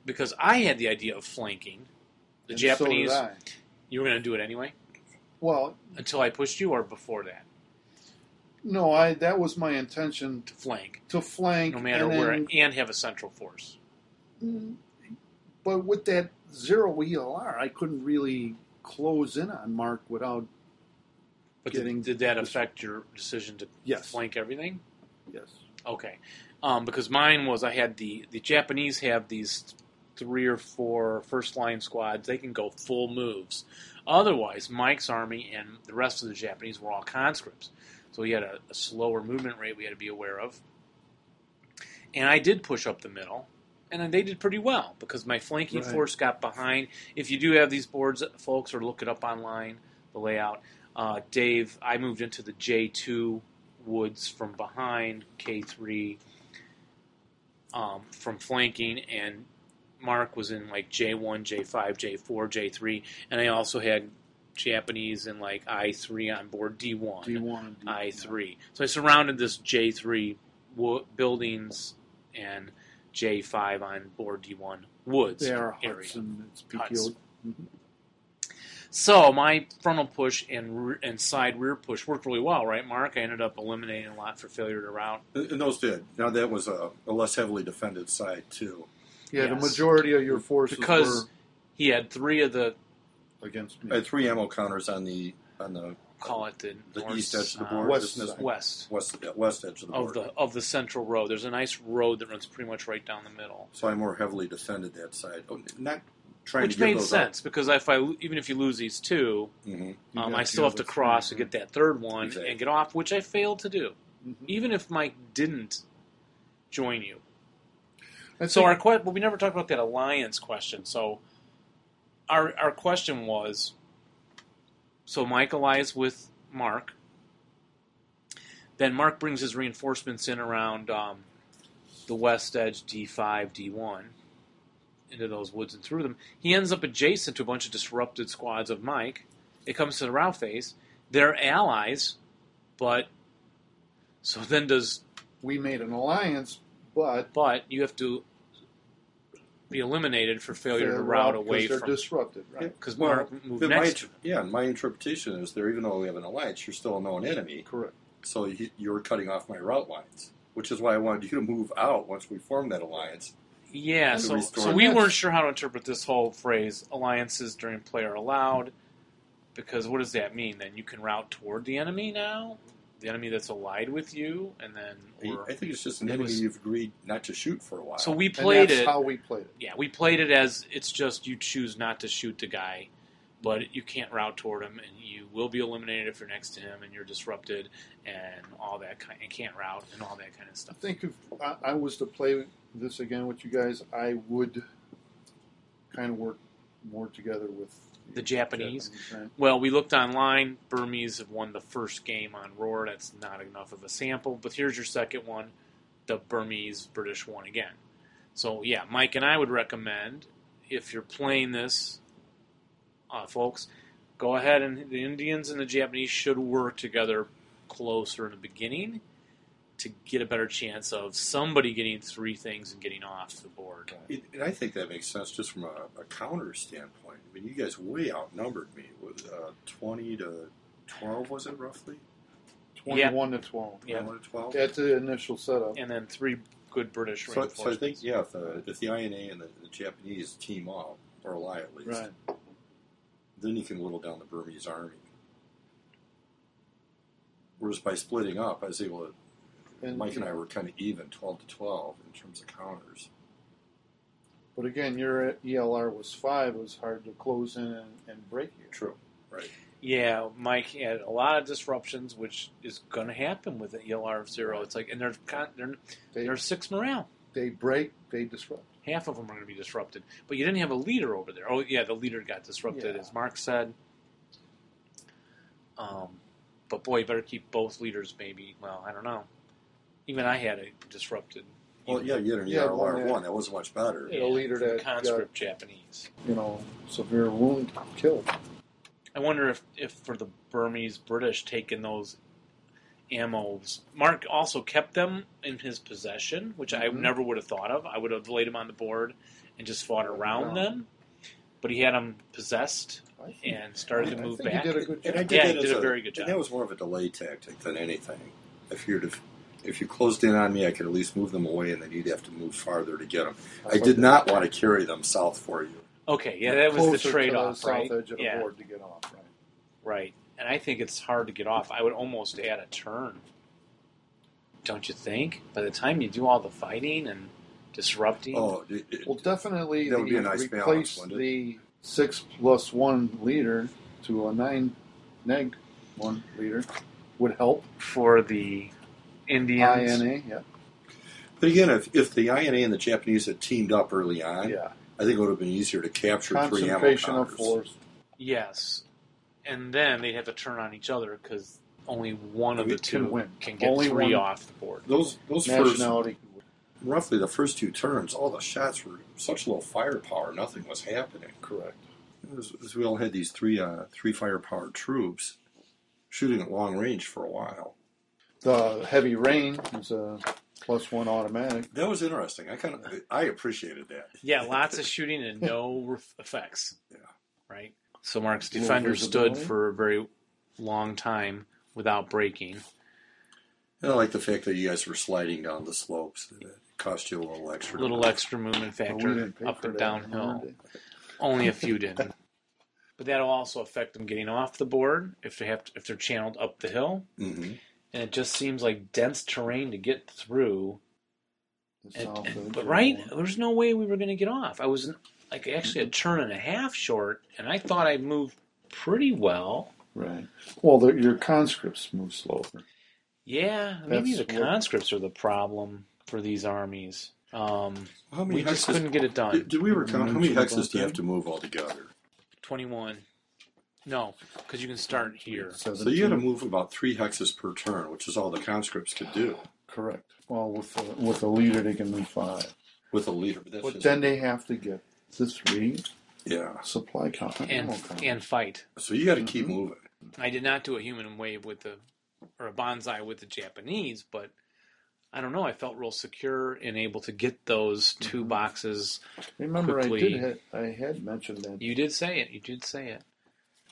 S2: because I had the idea of flanking the
S6: And so did
S2: Japanese.
S6: I.
S2: you were going to do it anyway
S6: Well,
S2: until I pushed you, or before that
S6: no, I that was my intention
S2: to flank,
S6: to flank.
S2: no matter
S6: and
S2: where,
S6: then-
S2: and have a central force.
S6: Mm, But with that zero ELR, I couldn't really close in on Mark without
S2: But did-
S6: getting
S2: did, that
S6: this-
S2: affect your decision to
S6: Yes.
S2: flank everything?
S6: yes.
S2: Okay, um, because mine was I had the the Japanese have these three or four first line squads. They can go full moves. Otherwise, Mike's army and the rest of the Japanese were all conscripts, so he had a, a slower movement rate we had to be aware of. And I did push up the middle, and then they did pretty well because my flanking
S6: Right.
S2: force got behind. If you do have these boards, folks, or look it up online, the layout. Uh, Dave, I moved into the J two woods from behind, K three um, from flanking, and Mark was in like J one, J five, J four, J three, and I also had Japanese in like I three on board D
S6: Do you want to do
S2: I three. So I surrounded this J three wo- buildings and J five on board D one woods
S6: They are
S2: area.
S6: huts and it's
S2: Huts.
S6: PTO.
S2: So my frontal push and re- and side rear push worked really well, right, Mark? I ended up eliminating a lot for failure to route.
S7: And and those did. Now that was a, a less heavily defended side too.
S6: Yeah, the
S2: Yes.
S6: majority of your forces
S2: Because- He had three of the
S6: were against
S7: I
S6: me.
S7: had three ammo counters on the on the
S2: call it the,
S7: the
S2: north,
S7: east edge of the
S2: uh,
S7: board,
S6: west
S7: isn't it?
S6: side.
S2: west
S7: west west edge of the
S2: of
S7: board.
S2: the of the central road. There's a nice road that runs pretty much right down the middle,
S7: so I more heavily defended that side. Oh, Not trying
S2: which
S7: to give
S2: made
S7: those
S2: sense because if I lo- even if you lose these two,
S7: up. Mhm.
S6: You
S2: um,
S6: got
S2: I
S6: the
S2: still have to
S6: other three,
S2: cross to
S6: mhm.
S2: get that third one
S7: Mm-hmm. Exactly. Mm-hmm.
S2: and get off, which I failed to do,
S6: Mhm.
S2: even if Mike didn't join you.
S6: I
S2: So
S6: think-
S2: our question, well, we never talked about that alliance question. So our our question was, so Mike allies with Mark. Then Mark brings his reinforcements in around um, the west edge, D five, D one, into those woods and through them. He ends up adjacent to a bunch of disrupted squads of Mike. It comes to the rout phase. They're allies, but so then does
S6: we made an alliance, but
S2: but you have to be eliminated for failure to
S6: they're
S2: route
S6: robbed
S2: away
S6: because
S2: from
S6: they're disrupted, right?
S2: because
S7: Well,
S2: Mark moved
S7: But my
S2: next.
S7: inter- yeah, and my interpretation is there. Even though we have an alliance, you're still a known enemy,
S6: Correct.
S7: so you, you're cutting off my route lines, which is why I wanted you to move out once we formed that alliance.
S2: Yeah,
S7: To
S2: so,
S7: restore
S2: so we
S7: this.
S2: weren't sure how to interpret this whole phrase alliances during play are allowed because what does that mean? Then you can route toward the enemy now? The enemy that's allied with you and then or,
S7: I think it's just an
S2: It
S7: enemy
S2: was-
S7: you've agreed not to shoot for a while.
S2: So we
S6: And
S2: played
S6: that's
S2: it
S6: how we played it.
S2: Yeah, we played it as it's just you choose not to shoot the guy, but you can't route toward him and you will be eliminated if you're next to him and you're disrupted and all that kind and can't route and all that kind of
S6: I
S2: stuff.
S6: think if I, I was to play this again with you guys, I would kind of work more together with
S2: The Japanese?
S6: right?
S2: Well, we looked online. Burmese have won the first game on Roar. That's not enough of a sample. But here's your second one. The Burmese British won again. So yeah, Mike and I would recommend if you're playing this, uh, folks, go ahead and the Indians and the Japanese should work together closer in the beginning to get a better chance of somebody getting three things and getting off the board.
S7: It- and I think that makes sense just from a, a counter standpoint. I mean, you guys way outnumbered me. It was, uh, 20 to 12, was it roughly?
S6: 21 to 12.
S2: Yeah.
S7: 21 to 12?
S6: That's the initial setup.
S2: And then three good British
S7: So,
S2: reinforcements.
S7: so I think, yeah, if the, if the INA and the, the Japanese team up, or ally at least,
S6: Right.
S7: then you can whittle down the Burmese army. Whereas by splitting up, I was able to,
S6: And,
S7: Mike and I were kind of even, 12 to 12 in terms of counters.
S6: But again, your ELR was 5. It was hard to close in and, and break you.
S7: True. Right.
S2: Yeah, Mike had a lot of disruptions, which is going to happen with an ELR of zero. It's like, and they're con- they're
S6: They,
S2: they're six morale.
S6: they break, they disrupt.
S2: Half of them are going to be disrupted, but you didn't have a leader over there. Oh yeah, the leader got disrupted,
S6: Yeah.
S2: as Mark said. Um, but boy, you better keep both leaders. Maybe well, I don't know. Even I had it disrupted.
S7: Well, yeah, you had an
S6: Yeah,
S7: ERR
S6: one,
S7: one.
S6: yeah.
S7: That wasn't much better.
S6: Yeah, a leader
S2: from
S6: that got-
S2: conscript Japanese.
S6: You know, severe wound, killed.
S2: I wonder if, if for the Burmese British taking those ammos, Mark also kept them in his possession, which I
S6: Mhm.
S2: never would have thought of. I would have laid them on the board and just fought around
S6: Wow.
S2: them, but he had them possessed
S6: I think-
S2: and started to
S6: I
S2: move
S6: think
S2: back.
S6: You did a good
S7: And I
S6: job.
S7: did
S2: Yeah,
S7: that
S2: you did
S7: as
S2: a very good job.
S7: And that was more of a delay tactic than anything. If you'd have, if you closed in on me, I could at least move them away, and then you'd have to move farther to get them. I did not want to carry them south for you.
S2: Okay, yeah, that was the
S6: Closer to
S2: trade off,
S6: south
S2: right?
S6: edge of the
S2: Yeah,
S6: board to get off, right?
S2: right. And I think it's hard to get off. I would almost add a turn, don't you think? By the time you do all the fighting and disrupting,
S7: Oh, it, it-
S6: Well, definitely
S7: That would
S6: the-
S7: be a nice balance,
S6: replace
S7: wouldn't it?
S6: the six plus one leader to a nine neg one leader would help.
S2: for the Indians.
S6: INA, yeah,
S7: but again, if, if the INA and the Japanese had teamed up early on,
S6: yeah.
S7: I think it would have been easier to capture three ammo
S6: Concentration of
S7: counters.
S6: force.
S2: Yes, and then they'd have to turn on each other because only one of
S6: We
S2: the
S6: can
S2: two
S6: win.
S2: can get
S6: Only
S2: three
S6: one-
S2: off the board.
S7: Those those first
S6: Nationality.
S7: roughly the first two turns, all the shots were such low firepower, nothing was happening. Correct. As, as we all had these three uh, three firepower troops shooting at long range for a while.
S6: The heavy rain is a plus one automatic.
S7: That was interesting. I kind of I appreciated that.
S2: Yeah, lots of shooting and
S6: [laughs]
S2: no re- effects.
S7: Yeah.
S2: right. So Mark's
S6: Little
S2: defender stood
S6: visibility.
S2: for a very long time without breaking.
S7: And I like the fact that you guys were sliding down the slopes. It cost you a little extra.
S2: little extra movement
S6: But we
S2: factor
S6: didn't pay
S2: up
S6: for
S2: and
S6: that.
S2: downhill. Only a
S6: [laughs]
S2: few did. But that'll also affect them getting off the board if they have to, if they're channeled up the hill.
S6: Mm-hmm.
S7: hmm
S2: And it just seems like dense terrain to get through.
S6: The
S2: And-
S6: south
S2: and-
S6: edge
S2: but
S6: of
S2: right,
S6: the
S2: there's no way we were going to get off. I was like actually a turn and a half short, and I thought I moved pretty well.
S6: Right. Well, the, your conscripts move slower.
S2: Yeah, maybe
S6: That's
S2: the
S6: what-
S2: conscripts are the problem for these armies. Um,
S7: How many
S2: we just
S7: hexes?
S2: couldn't get it
S7: Did,
S2: done.
S7: did we ever count how many
S6: Mentioned
S7: hexes do you
S6: about
S7: have to move altogether?
S2: Twenty-one. No, because you can start here.
S7: So you had to move about three hexes per turn, which is all the conscripts could do
S6: Correct. Well, with the, with a leader, they can move five.
S7: with a leader. But that's
S6: But
S7: just-
S6: then they have to get the three
S7: yeah.
S6: supply count.
S2: And
S6: ammo count.
S2: and fight.
S7: So you got to
S6: Mm-hmm.
S7: keep moving.
S2: I did not do a human wave with the or a bonsai with the Japanese, but I don't know. I felt real secure and able to get those 2 boxes
S6: Remember, I
S2: quickly-
S6: did. Had, I had mentioned that.
S2: You did say it. You did say it.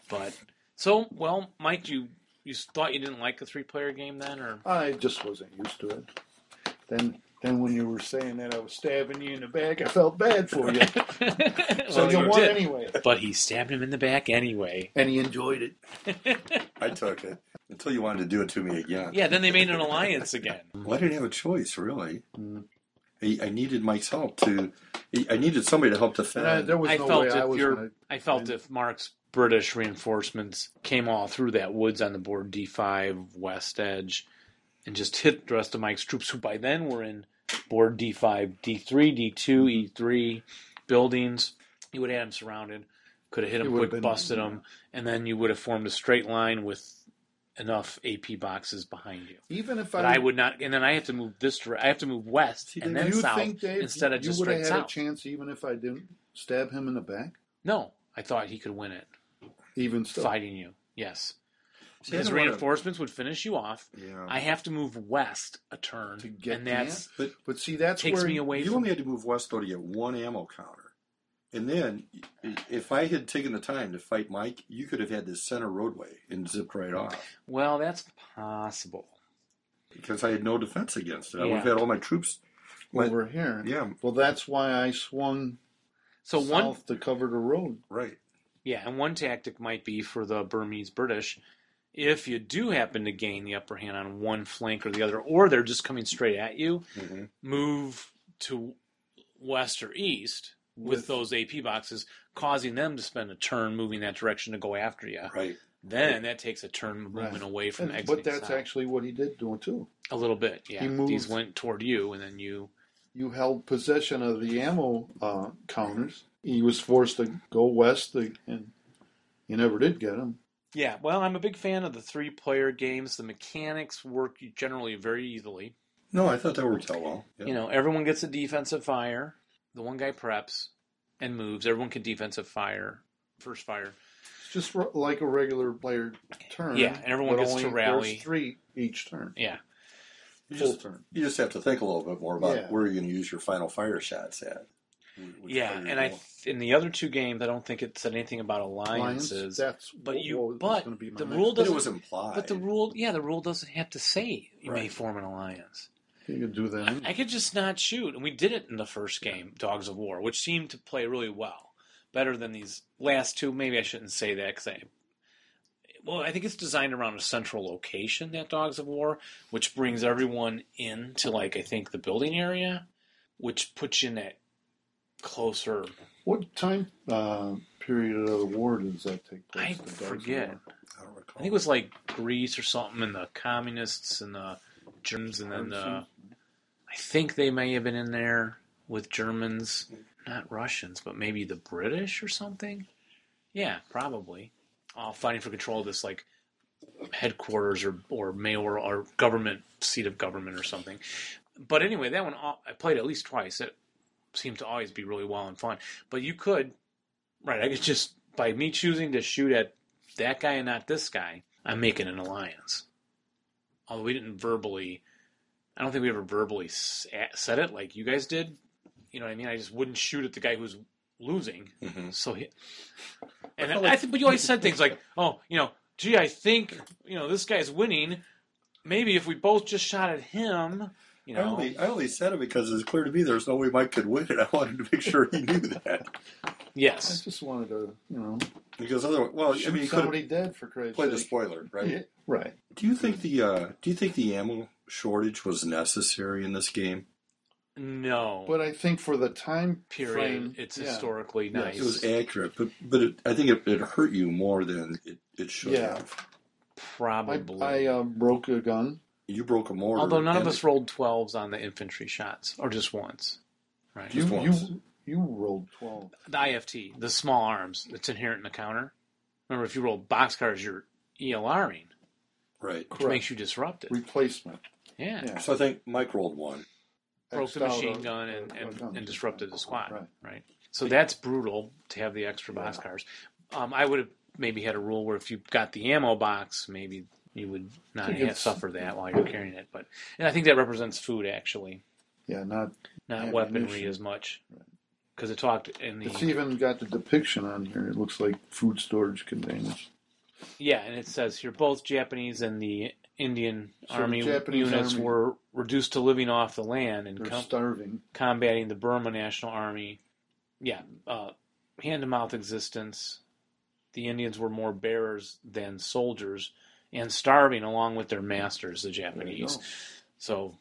S2: But so well, Mike, you you thought you didn't like the three player game then, or
S6: I just wasn't used to it. Then, then when you were saying that I was stabbing you in the back, I felt bad
S2: [laughs]
S6: for you. so
S2: Well,
S6: you
S2: you
S6: won
S2: did.
S6: anyway,
S2: But he stabbed him in the back anyway.
S6: and he enjoyed it.
S7: I took it until you wanted to do it to me again.
S2: Yeah, then they made an alliance again.
S7: Well, I didn't have a choice, really.
S6: Mm.
S7: I, I needed Mike's help to. I needed somebody to help
S6: And I,
S7: defend.
S6: uh, there was
S2: I
S6: no
S2: felt
S6: way I
S2: if
S6: was
S2: you're-
S6: gonna-
S2: I felt if Mark's British reinforcements came all through that woods on the board D5 west edge and just hit the rest of Mike's troops, who by then were in board D5, D3,
S6: Mm-hmm.
S2: D2, E3 E buildings, you would have had them surrounded. Could have hit
S6: It
S2: them
S6: would
S2: quick,
S6: have been- Mm-hmm.
S2: busted them, and then you would have formed a straight line with enough AP boxes behind you.
S6: even if
S2: But I would not, and then I have to move this direction. I have to move west
S7: See,
S2: and
S7: Dave,
S2: then
S6: you
S2: south
S6: think Dave,
S2: instead of
S6: you
S2: just
S6: would
S2: straight
S6: have had
S2: south.
S6: a chance even if I didn't stab him in the back?
S2: No, I thought he could win it.
S6: Even still,
S2: fighting you. Yes.
S7: See, I
S2: His
S7: don't wanna-
S2: reinforcements would finish you off.
S7: Yeah.
S2: I have to move west a turn,
S6: To get
S2: and that's
S7: but
S6: but see, that's
S2: takes
S6: where
S2: me away
S7: you
S2: from.
S7: only had to move west though to get one ammo counter, and then if I had taken the time to fight Mike, you could have had this center roadway and zipped right off
S2: Well, that's possible.
S7: because I had no defense against it. I would have
S2: Yeah.
S7: had all my troops. went-
S6: over here.
S7: yeah,
S6: Well, that's why I swung
S2: So
S6: south
S2: one,
S6: to cover the road.
S7: right.
S2: yeah, and one tactic might be for the Burmese British, if you do happen to gain the upper hand on one flank or the other, or they're just coming straight at you,
S6: Mm-hmm.
S7: Mhm.
S2: move to west or east with,
S6: With-
S2: those AP boxes, causing them to spend a turn moving that direction to go after you.
S7: Right.
S2: Then that takes a turn movement
S6: Right.
S2: away from
S6: And-
S2: exiting.
S6: but that's
S2: south.
S6: actually what he did do too.
S2: A little bit, yeah.
S6: He moved-
S2: These went toward you, and then you.
S6: You held possession of the ammo uh, counters. He was forced to go west, to, and you never did get him.
S2: Yeah, well, I'm a big fan of the three player games. The mechanics work generally very easily.
S7: No, I thought that worked out well. Yeah.
S2: You know, everyone gets a defensive fire, the one guy preps and moves. Everyone can defensive fire, first fire.
S6: It's just r- like a regular player turn.
S2: Yeah, and everyone
S6: but
S2: gets to
S6: only
S2: rally.
S6: there's three each turn.
S2: Yeah.
S7: you
S6: Full
S7: just
S6: turn.
S7: you just have to think a little bit more about
S6: Yeah.
S7: where you're going to use your final fire shots at. Which
S2: yeah,
S7: fire you're
S2: and I
S7: going.
S2: th- in the other two games, I don't think it said anything about
S6: Lions.
S2: alliances.
S6: That's
S2: but you-
S6: what was
S2: but
S6: gonna be my
S2: the
S6: next-
S2: rule
S7: But it
S2: doesn't-
S7: was implied.
S2: but the rule, yeah, the rule doesn't have to say you may
S7: Right.
S2: form an alliance.
S6: You could do that.
S2: I could just not shoot, and we did it in the first game, Dogs of War, which seemed to play really well, better than these last two. Maybe I shouldn't say that because I, well, I think it's designed around a central location that Dogs of War, which brings everyone into like I think the building area, which puts you in that closer.
S6: What time uh, period of the war does that take
S2: I
S6: place? The Dogs of
S2: forget.
S6: War?
S7: I don't recall.
S2: I think it was like Greece or something, and the communists and the Germans, and then the. I think they may have been in there with Germans, not Russians, but maybe the British or something. Yeah, probably. All fighting for control of this like headquarters or or mayor or government seat of government or something. But anyway, that one al- I played at least twice. It seemed to always be really well and fun. But you could, right? I could just by me choosing to shoot at that guy and not this guy, I'm making an alliance. Although we didn't verbally, I don't think we ever verbally s- a- said it like you guys did. You know what I mean? I just wouldn't shoot at the guy who's losing.
S6: Mm-hmm.
S7: Mhm.
S2: So, he, and I,
S7: felt
S2: I
S7: like-
S2: think, but you always said things like, "Oh, you know, gee, I think you know this guy's winning. Maybe if we both just shot at him, you
S7: I
S2: know."
S7: only, I only said it because it was clear to me there's no way Mike could win it. [laughs] I wanted to make sure he knew that.
S6: I
S2: Yes.
S6: just wanted to, you know,
S7: Because otherwise, well, Oh, I
S6: shoot
S7: mean, you could
S6: somebody
S7: have
S6: dead for Christ's
S7: played a
S6: sake.
S7: spoiler, right?
S6: Yeah, right.
S7: Do you think the uh, Do you think the ammo shortage was necessary in this game?
S2: No.
S6: But I think for the time
S2: period.
S6: frame,
S2: it's
S6: yeah.
S2: historically nice.
S7: It was accurate, but but it, I think it, it hurt you more than it, it should
S6: Yeah.
S7: have.
S6: I,
S2: probably.
S6: I uh, broke a gun.
S7: You broke a mortar.
S2: Although none of
S7: and-
S2: us rolled 12s on the infantry shots, or just once. Right.
S6: You
S7: Just once.
S6: you you rolled twelve.
S2: the IFT, the small arms, it's inherent in the counter. Remember, if you roll boxcars, you're ELRing,
S7: right.
S2: which
S6: Correct.
S2: makes you disrupted.
S6: Replacement.
S2: yeah.
S6: yeah.
S7: So I think Mike rolled one.
S2: Broke
S6: Xed
S2: the
S6: out
S2: machine
S6: a-
S2: gun and,
S6: a
S2: and,
S6: gun.
S2: and disrupted the squad.
S6: Right.
S2: Right. So that's brutal to have the extra
S6: Yeah.
S2: boxcars. Um, I would have maybe had a rule where if you got the ammo box, maybe you would not
S6: Think
S2: have,
S6: it's-
S2: suffer that while you're carrying it. But And I think that represents food, actually,
S6: Yeah, not.
S2: not
S6: Ammunition.
S2: weaponry as much. Because it talked in the.
S6: It's even got the depiction on here. It looks like food storage containers.
S2: Yeah, and it says here both Japanese and the Indian
S6: So the
S2: Army
S6: Japanese
S2: units
S6: Army-
S2: were reduced to living off the land and
S6: They're
S2: com-
S6: starving.
S2: combating the Burma National Army. Yeah, uh, hand to mouth existence. The Indians were more bearers than soldiers and starving along with their masters, the
S6: There you
S2: Japanese.
S6: go.
S2: So,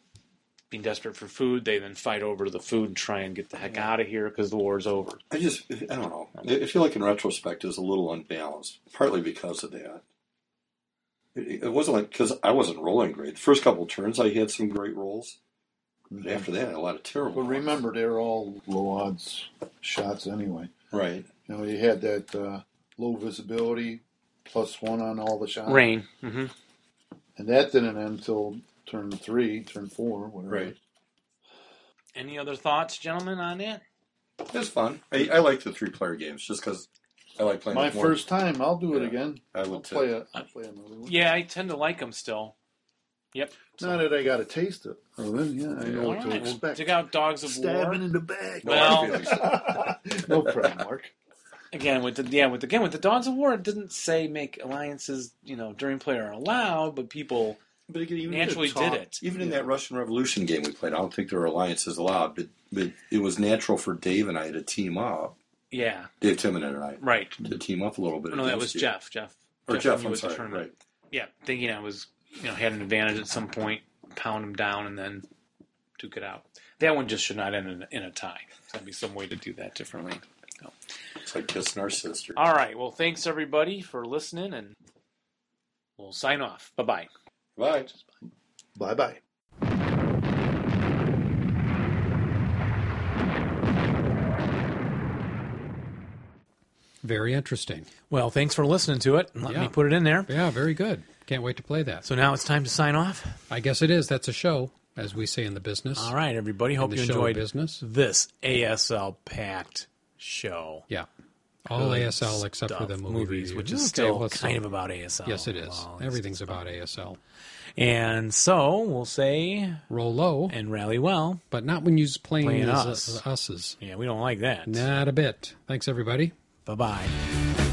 S2: being desperate for food, they then fight over the food and try and get the heck out of here because the war's over.
S7: I just, I don't know. I I feel like in retrospect, it was a little unbalanced, partly because of that. It it wasn't like because I wasn't rolling great. First couple turns, I had some great rolls. But after that, I had a lot of terrible.
S6: But
S7: ones.
S6: remember, they're all low odds shots anyway.
S7: right?
S6: You know, you had that uh, low visibility, plus one on all the shots.
S2: Rain. hmm
S6: And that didn't end until turn three, turn four, whatever.
S7: Right.
S2: Any other thoughts, gentlemen, on it?
S7: It was fun. I, I like the three-player games just because I like playing.
S6: My
S7: with more-
S6: first time, I'll do it
S7: Yeah,
S6: again.
S7: I
S6: I'll
S7: would too.
S6: play, uh, a, I'll play another one.
S2: Yeah, I tend to like them still. Yep.
S6: Now that I got to taste it, well, Oh, then, yeah, I know
S2: All
S6: what to
S2: right, we'll
S6: expect.
S2: dig out Dogs of War.
S6: Stabbing in the back.
S2: Well-
S6: [laughs] no problem, Mark.
S2: again with the yeah with again with the Dogs of War, it didn't say make alliances. You know, during play are allowed, but people
S7: But again, even
S2: Naturally
S7: in the top-
S2: did it.
S7: Even in that Russian Revolution game we played, I don't think there were alliances allowed, but but it was natural for Dave and I to team up.
S2: yeah
S7: Dave Timonen and I
S2: right.
S7: to team up a little bit.
S2: No, that
S7: against
S2: was
S7: you.
S2: Jeff. Jeff
S7: or Jeff.
S2: when he
S7: I'm
S2: was the
S7: sorry.
S2: tournament.
S7: Right.
S2: Yeah, thinking I was you know had an advantage at some point, pound him down, and then took it out. That one just should not end in, in a tie. There's got to be some way to do that differently.
S7: It's like kissing our sister.
S2: All right. Well, thanks everybody for listening, and we'll sign off. Bye bye.
S7: Right.
S6: Bye bye.
S1: Very interesting.
S8: Well, thanks for listening to it and letting
S1: Yeah.
S8: me put it in there.
S1: Yeah, very good. Can't wait to play that.
S8: So now it's time to sign off.
S1: I guess it is. That's a show, as we say in the business.
S8: All right, everybody.
S1: In
S8: Hope
S1: the
S8: you
S1: show
S8: enjoyed
S1: business.
S8: this ASL packed show.
S1: Yeah. All
S8: Good
S1: ASL except for
S8: stuff.
S1: the movie
S8: movies,
S1: review.
S8: which is
S1: Okay,
S8: still
S1: well,
S8: kind of about ASL.
S1: Yes, it is.
S8: Well,
S1: Everything's about ASL.
S8: And so we'll say
S1: Roll low,
S8: and rally well.
S1: but not when you're playing,
S8: Playing
S1: as
S8: us.
S1: us. uses.
S8: Yeah, we don't like that.
S1: Not a bit. Thanks, everybody.
S8: Bye bye.